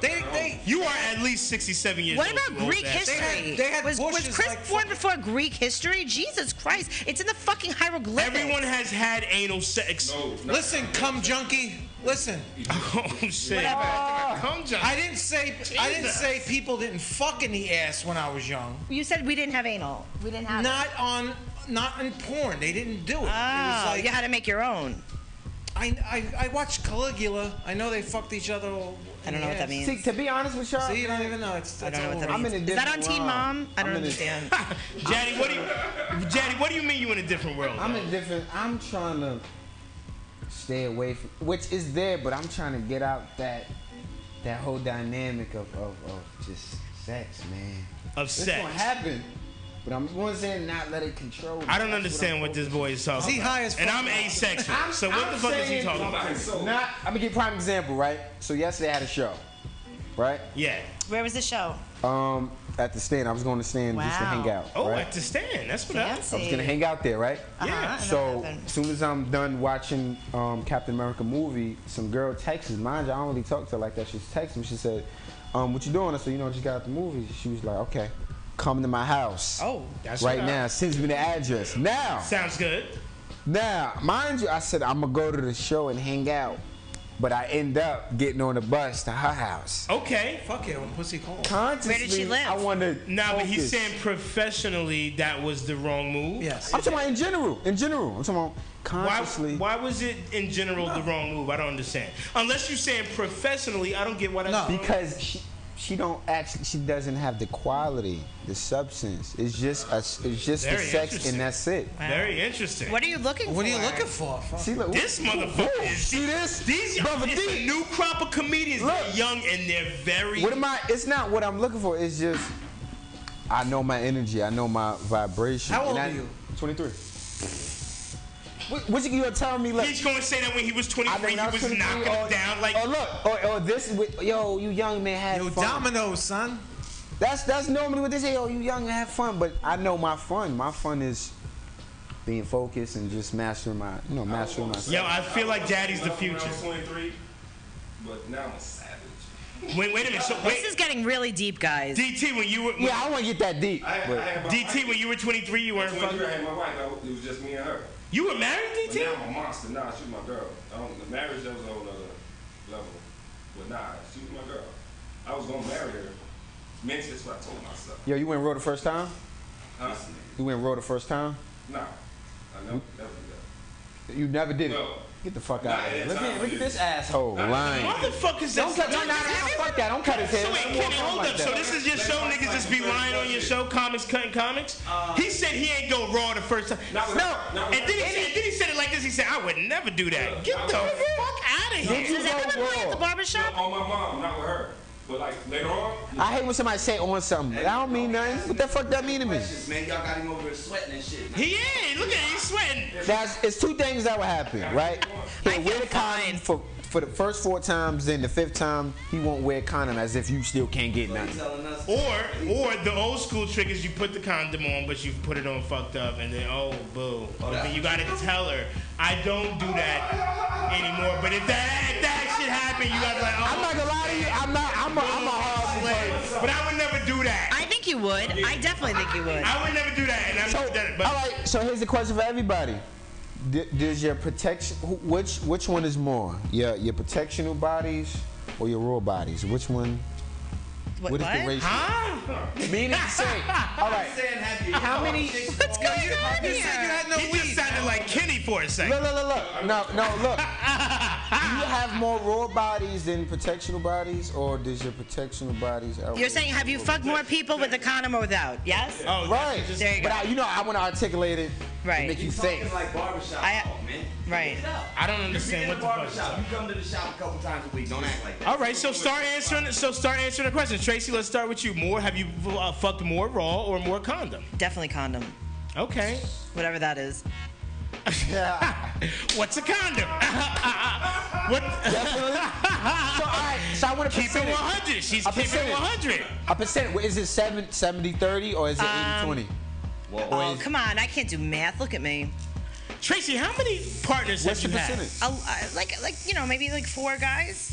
[SPEAKER 2] They, they,
[SPEAKER 1] You are at least 67 years
[SPEAKER 3] What
[SPEAKER 1] old.
[SPEAKER 3] about
[SPEAKER 1] you old
[SPEAKER 3] Greek
[SPEAKER 1] bastard.
[SPEAKER 3] history? was, was Chris born before Greek history? Jesus Christ! It's in the fucking hieroglyphics.
[SPEAKER 1] Everyone has had anal sex.
[SPEAKER 2] Listen, cum junkie. Listen.
[SPEAKER 1] Oh shit.
[SPEAKER 16] Ah,
[SPEAKER 1] Cum junkie.
[SPEAKER 2] I didn't say I didn't
[SPEAKER 1] Jesus.
[SPEAKER 2] say people didn't fuck in the ass when I was young.
[SPEAKER 3] You said we didn't have anal. We didn't have.
[SPEAKER 2] Not on not in porn. They didn't do it. it was
[SPEAKER 3] Oh,
[SPEAKER 2] like,
[SPEAKER 3] you had to make your own.
[SPEAKER 2] I, I I watched Caligula. I know they fucked each other. all-
[SPEAKER 3] I don't know what that means.
[SPEAKER 2] See,
[SPEAKER 3] See, to
[SPEAKER 2] be honest with y'all, see, you don't even know. It's,
[SPEAKER 3] I don't know what that
[SPEAKER 2] I'm
[SPEAKER 3] means.
[SPEAKER 2] in a
[SPEAKER 3] Is that on
[SPEAKER 2] different
[SPEAKER 3] Teen
[SPEAKER 2] world.
[SPEAKER 3] Mom? I don't
[SPEAKER 2] I'm in a-
[SPEAKER 3] understand.
[SPEAKER 1] Daddy, what do you, Daddy, what do you mean you in a different world?
[SPEAKER 18] I'm in different. I'm trying to stay away from which is there, but I'm trying to get out that that whole dynamic of of, of just sex, man.
[SPEAKER 1] Of
[SPEAKER 18] it's
[SPEAKER 1] sex.
[SPEAKER 18] gonna happen, but I'm you know what I'm saying not let it control. me.
[SPEAKER 1] I don't
[SPEAKER 18] That's
[SPEAKER 1] understand what this boy is talking
[SPEAKER 18] He
[SPEAKER 1] about.
[SPEAKER 18] high as fuck.
[SPEAKER 1] And I'm asexual.
[SPEAKER 18] I'm-
[SPEAKER 1] so what
[SPEAKER 18] I'm
[SPEAKER 1] the fuck is he
[SPEAKER 18] saying-
[SPEAKER 1] talking about?
[SPEAKER 18] Not, I'm gonna give you a prime example, right? So yesterday I had a show, right?
[SPEAKER 1] Yeah.
[SPEAKER 3] Where was the show?
[SPEAKER 18] Um, at the stand, I was going to stand just to
[SPEAKER 3] Wow.
[SPEAKER 18] hang out.
[SPEAKER 1] Oh,
[SPEAKER 18] right?
[SPEAKER 1] at the stand. That's what I.
[SPEAKER 18] I was gonna hang out there, right?
[SPEAKER 1] Yeah. Uh-huh, and
[SPEAKER 18] So
[SPEAKER 1] that happened.
[SPEAKER 18] as soon as I'm done watching um, Captain America movie, some girl texts me. Mind you, I don't really talk to her like that. She texted me. She said, um, "What you doing?" I said, "You know, I just got out the movie." She was like, "Okay, come to my house."
[SPEAKER 1] Oh, that's
[SPEAKER 18] right
[SPEAKER 1] what I-
[SPEAKER 18] now. Sends me the address now.
[SPEAKER 1] Sounds good.
[SPEAKER 18] Now, mind you, I said I'm gonna go to the show and hang out, but I end up getting on the bus to her house.
[SPEAKER 1] Okay.
[SPEAKER 2] Fuck it, when pussy cold.
[SPEAKER 18] Consciously, I wanted.
[SPEAKER 1] Nah, but
[SPEAKER 18] focus.
[SPEAKER 1] he's saying professionally that was the wrong move. Yes.
[SPEAKER 18] I'm talking about in general. In general, I'm talking about consciously.
[SPEAKER 1] Why was it in general the wrong move? I don't understand. Unless you're saying professionally, I don't get why that's wrong.
[SPEAKER 18] because she, she don't actually she doesn't have the quality, the substance. It's just a, it's just the
[SPEAKER 1] Very
[SPEAKER 18] sex
[SPEAKER 1] interesting.
[SPEAKER 18] and that's it.
[SPEAKER 1] Very interesting.
[SPEAKER 3] What are you looking for?
[SPEAKER 18] What are you looking for? See, look,
[SPEAKER 1] this motherfucker is
[SPEAKER 18] see this?
[SPEAKER 1] These
[SPEAKER 18] Brother
[SPEAKER 1] it's
[SPEAKER 18] D.
[SPEAKER 1] a new crop of comedians. they're
[SPEAKER 18] Look.
[SPEAKER 1] young and they're very.
[SPEAKER 18] What am I? It's not what I'm looking for. It's just I know my energy. I know my vibration.
[SPEAKER 1] How
[SPEAKER 18] and
[SPEAKER 1] old
[SPEAKER 18] I-
[SPEAKER 1] are you?
[SPEAKER 18] 23. What, what you gonna tell me? Look,
[SPEAKER 1] He's gonna say that when he was 23, he
[SPEAKER 18] I
[SPEAKER 1] was
[SPEAKER 18] 23,
[SPEAKER 1] knocking
[SPEAKER 18] oh,
[SPEAKER 1] him down like.
[SPEAKER 18] Oh look, oh, oh this is with yo, you young man have
[SPEAKER 1] Yo,
[SPEAKER 18] fun.
[SPEAKER 2] dominoes, son.
[SPEAKER 18] That's that's normally what they say. Yo, you young man have fun, but I know my fun. My fun is being focused and just mastering my, you know, mastering myself.
[SPEAKER 1] Oh. Yo, I feel like Daddy's the
[SPEAKER 13] When I
[SPEAKER 1] future.
[SPEAKER 13] was 23, but now I'm a savage.
[SPEAKER 1] Wait, wait a minute. So, wait.
[SPEAKER 3] This is getting really deep, guys.
[SPEAKER 1] DT, when you were.
[SPEAKER 18] Yeah, I want to get that deep.
[SPEAKER 13] I- I had my
[SPEAKER 1] DT, when you were 23, you weren't
[SPEAKER 13] When I
[SPEAKER 1] fucking.
[SPEAKER 13] had my wife, I, it was just me and her.
[SPEAKER 1] You were married, DT?
[SPEAKER 13] But now I'm a monster. Nah, she's my girl. I don't, the marriage, that was a whole other level. But nah, she was my girl. I was gonna marry her. Mentally, that's what I told myself.
[SPEAKER 18] Yo, you went row the first time?
[SPEAKER 13] Huh?
[SPEAKER 18] You went row the first time?
[SPEAKER 13] Nah, I never, never did that.
[SPEAKER 18] You never did it. Get the fuck out of here. Look at, look at this asshole lying.
[SPEAKER 1] Motherfuckers,
[SPEAKER 18] Don't
[SPEAKER 1] that's-
[SPEAKER 18] cut, no, no, no, fuck that. Don't cut his head.
[SPEAKER 1] So wait,
[SPEAKER 18] Don't
[SPEAKER 1] Kenny,
[SPEAKER 18] walk around
[SPEAKER 1] hold
[SPEAKER 18] like
[SPEAKER 1] up.
[SPEAKER 18] that.
[SPEAKER 1] So this is your show, niggas just be lying on your show, comics cutting comics? He said he ain't go raw the first time. No,
[SPEAKER 13] Not with-
[SPEAKER 1] and
[SPEAKER 13] not
[SPEAKER 1] then
[SPEAKER 13] with-
[SPEAKER 1] he said, then he said it like this. He said, I would never do that. Get the fuck out of
[SPEAKER 18] Did you
[SPEAKER 1] here.
[SPEAKER 18] go
[SPEAKER 13] No,
[SPEAKER 18] raw?
[SPEAKER 13] on my mom, not with her. But like later on,
[SPEAKER 18] I hate when somebody say on something. I don't mean nothing. What the fuck that mean to me?
[SPEAKER 13] man, y'all got him over here sweating and shit.
[SPEAKER 1] He ain't. Look at him. He's sweating.
[SPEAKER 18] That's it's two things that would happen, right? He'll wear the condom for for the first four times, then the fifth time he won't wear a condom as if you still can't get nothing.
[SPEAKER 1] Or, or the old school trick is you put the condom on, but you put it on fucked up, and then oh boo. But then you gotta tell her, I don't do that anymore. But if that if that shit happened, you gotta be like, oh.
[SPEAKER 18] I'm not gonna lie to you. I'm not. I'm a, I'm a hard
[SPEAKER 1] slave. But I would never do that.
[SPEAKER 3] I think you would. I definitely think you would.
[SPEAKER 1] I would never do that, and I've never done it. But
[SPEAKER 18] All right. So here's the question for everybody: D- Does your protection, wh- which which one is more, your your protectional bodies or your raw bodies? Which one? what is the ratio? Meaning to say, all right. How many?
[SPEAKER 1] What's going on
[SPEAKER 18] you said you had no
[SPEAKER 1] He just sounded like Kenny for a second.
[SPEAKER 18] Look, look, look, look. No, no, look. you have more raw bodies than protectional bodies, or does your protectional bodies? outweigh-
[SPEAKER 3] You're saying have you fucked more people with a condom or without? Yes.
[SPEAKER 1] Oh,
[SPEAKER 18] right.
[SPEAKER 3] There you go.
[SPEAKER 18] But I, you know, I want to articulate it.
[SPEAKER 3] Right.
[SPEAKER 18] And make you,
[SPEAKER 3] You
[SPEAKER 18] think.
[SPEAKER 13] like barbershop
[SPEAKER 3] I-
[SPEAKER 13] talk, man.
[SPEAKER 3] right.
[SPEAKER 13] Pick it up.
[SPEAKER 1] I don't understand
[SPEAKER 13] you
[SPEAKER 1] what the fuck
[SPEAKER 13] barbershop.
[SPEAKER 1] you're
[SPEAKER 13] You come to the shop a couple times a week. Don't act like that.
[SPEAKER 1] All right, so start answering. So start answering the question, Tracy. Let's start with you. More, have you uh, fucked more raw or more condom?
[SPEAKER 3] Definitely condom.
[SPEAKER 1] Okay.
[SPEAKER 3] Whatever that is.
[SPEAKER 1] What's a condom? what?
[SPEAKER 18] Definitely. so, all right, so I want to
[SPEAKER 1] Keep it 100. She's keeping it 100.
[SPEAKER 18] A percent. Well, Is it 7, 70, 30, or is it
[SPEAKER 3] Um, uh,
[SPEAKER 18] 80, 20?
[SPEAKER 3] Oh, come on. I can't do math. Look at me.
[SPEAKER 1] Tracy, how many partners
[SPEAKER 18] What's
[SPEAKER 1] have
[SPEAKER 18] the
[SPEAKER 1] you had?
[SPEAKER 18] percentage?
[SPEAKER 3] A- uh, like like you know maybe like four guys.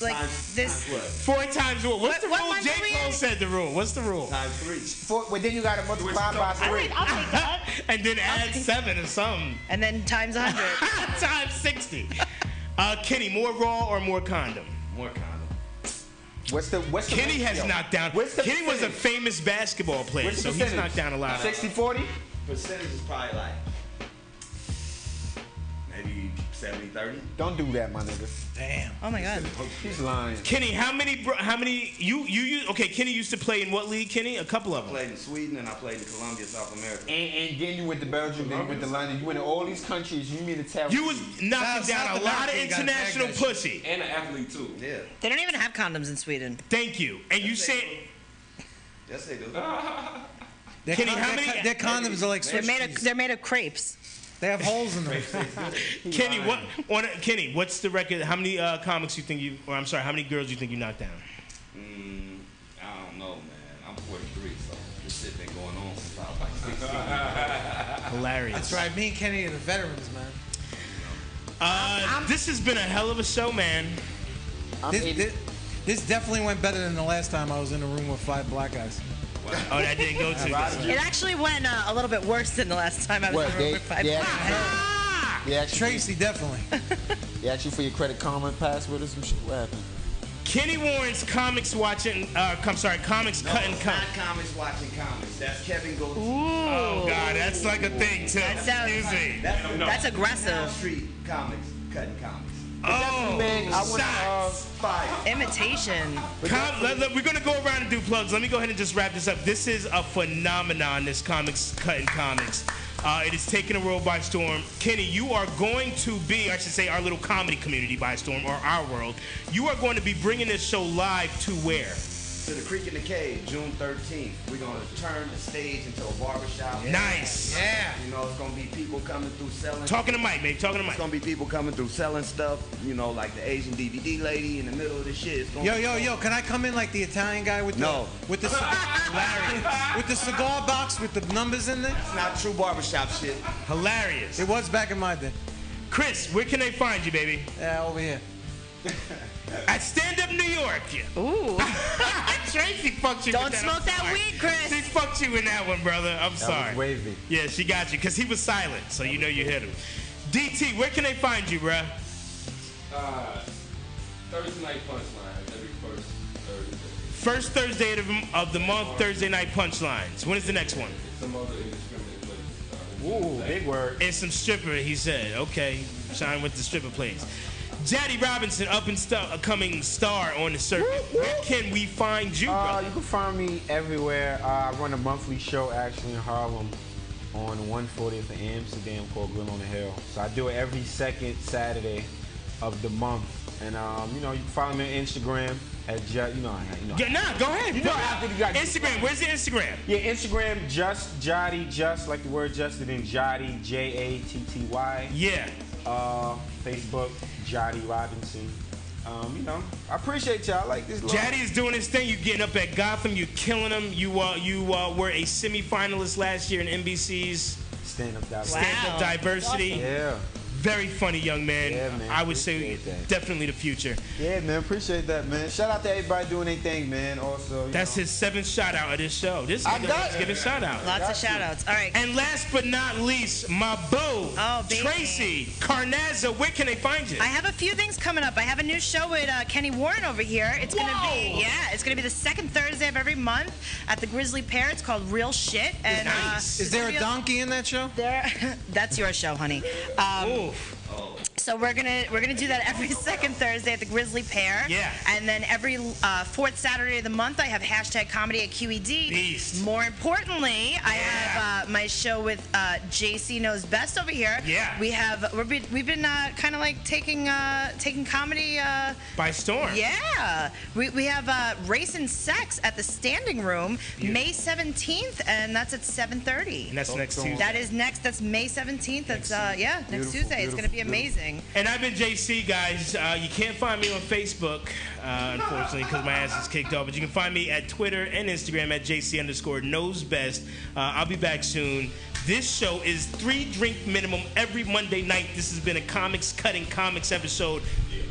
[SPEAKER 3] Like this.
[SPEAKER 1] Four times what? What's the
[SPEAKER 3] what
[SPEAKER 1] rule?
[SPEAKER 3] month
[SPEAKER 1] J.
[SPEAKER 3] are we
[SPEAKER 1] Cole said the rule. What's the rule? Times three.
[SPEAKER 18] Four, well, then you got to multiply by
[SPEAKER 1] three. and then add seven or something.
[SPEAKER 3] And then times
[SPEAKER 1] 100. times 60. Uh, Kenny, more raw or more condom? More condom.
[SPEAKER 18] What's the what's the
[SPEAKER 1] Kenny has
[SPEAKER 18] ratio?
[SPEAKER 1] knocked down.
[SPEAKER 18] What's the
[SPEAKER 1] Kenny was a
[SPEAKER 18] percentage?
[SPEAKER 1] famous basketball player,
[SPEAKER 18] What's the
[SPEAKER 1] so he's
[SPEAKER 18] percentage?
[SPEAKER 1] knocked down a lot.
[SPEAKER 18] 40?
[SPEAKER 14] Percentage is probably like maybe 70, 30.
[SPEAKER 18] Don't do that, my nigga.
[SPEAKER 1] Damn.
[SPEAKER 3] Oh my god.
[SPEAKER 18] He's lying.
[SPEAKER 1] Kenny, how many? bro- How many? You you you? Okay, Kenny used to play in what league? Kenny, a couple of
[SPEAKER 14] I
[SPEAKER 1] them.
[SPEAKER 14] played in Sweden and I played in Colombia, South America.
[SPEAKER 18] And, and then you went to Belgium, then you went to London, you went to all these countries. You mean to tell
[SPEAKER 1] You was knocking down a lot of international pussy.
[SPEAKER 14] And an athlete too. Yeah.
[SPEAKER 3] They don't even have condoms in Sweden.
[SPEAKER 1] Thank you. And you said.
[SPEAKER 14] Yes, they do.
[SPEAKER 2] Their
[SPEAKER 1] Kenny,
[SPEAKER 2] con-
[SPEAKER 1] how
[SPEAKER 2] their
[SPEAKER 1] many-
[SPEAKER 2] co- Their condoms are like
[SPEAKER 3] They're
[SPEAKER 2] Swiss
[SPEAKER 3] made of
[SPEAKER 2] cheese.
[SPEAKER 3] they're made of crepes.
[SPEAKER 2] They have holes in them.
[SPEAKER 1] Kenny, what? On a, Kenny, what's the record? How many uh, comics you think you? Or I'm sorry, how many girls you think you knocked down?
[SPEAKER 14] Mm, I don't know, man. I'm 43, so this shit been going on since I was like 16.
[SPEAKER 1] Hilarious.
[SPEAKER 2] That's right. Me and Kenny are the veterans, man.
[SPEAKER 1] Uh, this has been a hell of a show, man.
[SPEAKER 2] This, this, this definitely went better than the last time I was in a room with five black guys.
[SPEAKER 1] Oh, that didn't go too good.
[SPEAKER 3] It actually went uh, a little bit worse than the last time I was
[SPEAKER 18] What,
[SPEAKER 3] in a room
[SPEAKER 18] they-
[SPEAKER 3] with five.
[SPEAKER 18] they
[SPEAKER 3] Ah,
[SPEAKER 18] They asked
[SPEAKER 2] Tracy, definitely.
[SPEAKER 18] They asked you for your credit karma password or some shit. What happened?
[SPEAKER 1] Kenny Warren's comics watching. Uh, I'm sorry, comics
[SPEAKER 14] No,
[SPEAKER 1] cutting
[SPEAKER 14] it's
[SPEAKER 1] cum.
[SPEAKER 14] not comics watching comics. That's Kevin Goatee.
[SPEAKER 1] Oh God, that's like a thing too.
[SPEAKER 14] That sounds-
[SPEAKER 1] Excuse me.
[SPEAKER 14] That's,
[SPEAKER 3] That's
[SPEAKER 14] Down Street comics cutting comics.
[SPEAKER 1] Oh, shots.
[SPEAKER 14] um,
[SPEAKER 3] Imitation.
[SPEAKER 1] Com- let- let- we're gonna go around and do plugs. Let me go ahead and just wrap this up. This is a phenomenon. This comics cutting comics. Uh, it is taking the world by storm. Kenny, you are going to be, I should say, our little comedy community by storm, or our world. You are going to be bringing this show live to where?
[SPEAKER 14] To the Creek in the Cave, June 13th. We're gonna turn the stage into a barbershop.
[SPEAKER 1] Nice.
[SPEAKER 14] Yeah. You know, it's gonna be people coming through selling.
[SPEAKER 1] Talking to Mike, man. Talking to Mike.
[SPEAKER 14] It's gonna be people coming through selling stuff. You know, like the Asian DVD lady in the middle of the shit. It's gonna
[SPEAKER 2] Yo,
[SPEAKER 14] be
[SPEAKER 2] yo, yo! Can I come in like the Italian guy with
[SPEAKER 14] No.
[SPEAKER 2] the with the with the cigar box with the numbers in there? It's
[SPEAKER 14] not true barbershop shit.
[SPEAKER 1] Hilarious.
[SPEAKER 2] It was back in my day.
[SPEAKER 1] Chris, where can they find you, baby?
[SPEAKER 2] Yeah, over here.
[SPEAKER 1] At Stand Up New York.
[SPEAKER 3] Ooh.
[SPEAKER 1] Tracy fucked you.
[SPEAKER 3] Don't
[SPEAKER 1] with that.
[SPEAKER 3] smoke
[SPEAKER 1] I'm
[SPEAKER 3] that
[SPEAKER 1] sorry.
[SPEAKER 3] weed, Chris.
[SPEAKER 1] She fucked you in that one, brother. I'm
[SPEAKER 18] That
[SPEAKER 1] sorry.
[SPEAKER 18] was wavy.
[SPEAKER 1] Yeah, she got you because he was silent, so you know you hit him. DT, where can they find you, bruh?
[SPEAKER 13] Uh, Thursday night punchline every first Thursday.
[SPEAKER 1] First Thursday of the, of the month, Thursday night punchlines. When is the next one?
[SPEAKER 13] Some other indiscriminate places.
[SPEAKER 1] Ooh, big word. And some stripper, he said. Okay, shine with the stripper plays. Jaddy Robinson, up and stu- a coming star on the circuit. Where can we find you,
[SPEAKER 18] Uh,
[SPEAKER 1] brother?
[SPEAKER 18] you can find me everywhere. Uh, I run a monthly show actually in Harlem on 140th of Amsterdam called Grill on the Hill. So I do it every second Saturday of the month. And um, you know, you can follow me on Instagram at ju- you know, I- you know.
[SPEAKER 1] Yeah, nah, go ahead.
[SPEAKER 18] You know, after you got
[SPEAKER 1] Instagram, where's the Instagram?
[SPEAKER 18] Yeah, Instagram just Jotty, just like the word Justin and Jotty, J A T T Y.
[SPEAKER 1] Yeah.
[SPEAKER 18] Uh, Facebook, Jotty Robinson. Um, you know, I appreciate y'all. I like this. love.
[SPEAKER 1] Jaddy is doing his thing. You getting up at Gotham. You killing him. You uh, you uh, were a semifinalist last year in NBC's
[SPEAKER 18] Stand up diversity.
[SPEAKER 1] Stand Up Diversity.
[SPEAKER 18] Yeah.
[SPEAKER 1] Very funny young man.
[SPEAKER 18] Yeah, man.
[SPEAKER 1] I would say definitely the future.
[SPEAKER 18] Yeah, man. Appreciate that, man. Shout out to everybody doing their thing, man. Also, you
[SPEAKER 1] That's his seventh shout out of this show. This
[SPEAKER 18] I
[SPEAKER 1] nigga
[SPEAKER 18] got
[SPEAKER 1] loves
[SPEAKER 18] it.
[SPEAKER 1] giving shout out.
[SPEAKER 3] Lots of shout outs. All right.
[SPEAKER 1] And last but not least, my boo,
[SPEAKER 2] Oh,
[SPEAKER 1] Tracy Carnazza. Where can they find you?
[SPEAKER 3] I have a few things coming up. I have a new show with uh, Kenny Warren over here. It's gonna be yeah, it's gonna be the second Thursday of every month at the Grizzly Pear. It's called Real Shit. And
[SPEAKER 2] Nice.
[SPEAKER 3] uh,
[SPEAKER 2] Is there a
[SPEAKER 3] it's gonna
[SPEAKER 2] donkey in that show?
[SPEAKER 3] There. That's your show, honey. be a- Um,
[SPEAKER 2] Oh.
[SPEAKER 3] so we're gonna we're gonna do that every second Thursday at the Grizzly Pear.
[SPEAKER 2] Yeah.
[SPEAKER 3] And then every uh, fourth Saturday of the month, I have hashtag comedy at QED. More importantly, I have uh, my show with uh, JC knows best over here.
[SPEAKER 1] Yeah.
[SPEAKER 3] We have we're be, we've been uh, kind of like taking uh, taking comedy. Uh,
[SPEAKER 1] By storm.
[SPEAKER 3] yeah, we, we have uh, race and sex at the Standing Room May seventeenth, and that's at seven thirty.
[SPEAKER 1] And that's next Tuesday.
[SPEAKER 3] That is next. That's May seventeenth. That's uh, yeah, next
[SPEAKER 1] Beautiful,
[SPEAKER 3] Tuesday. it's gonna be
[SPEAKER 1] beautiful, beautiful.
[SPEAKER 3] amazing.
[SPEAKER 1] And I've been JC, guys. Uh, you can't find me on Facebook, uh, unfortunately, because my ass is kicked off. But you can find me at Twitter and Instagram at JC underscore knows best. Uh, I'll be back soon. This show is three drink minimum every Monday night. This has been a comics cutting comics episode.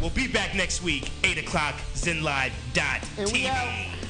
[SPEAKER 1] We'll be back next week, 8 o'clock, zenlive.tv.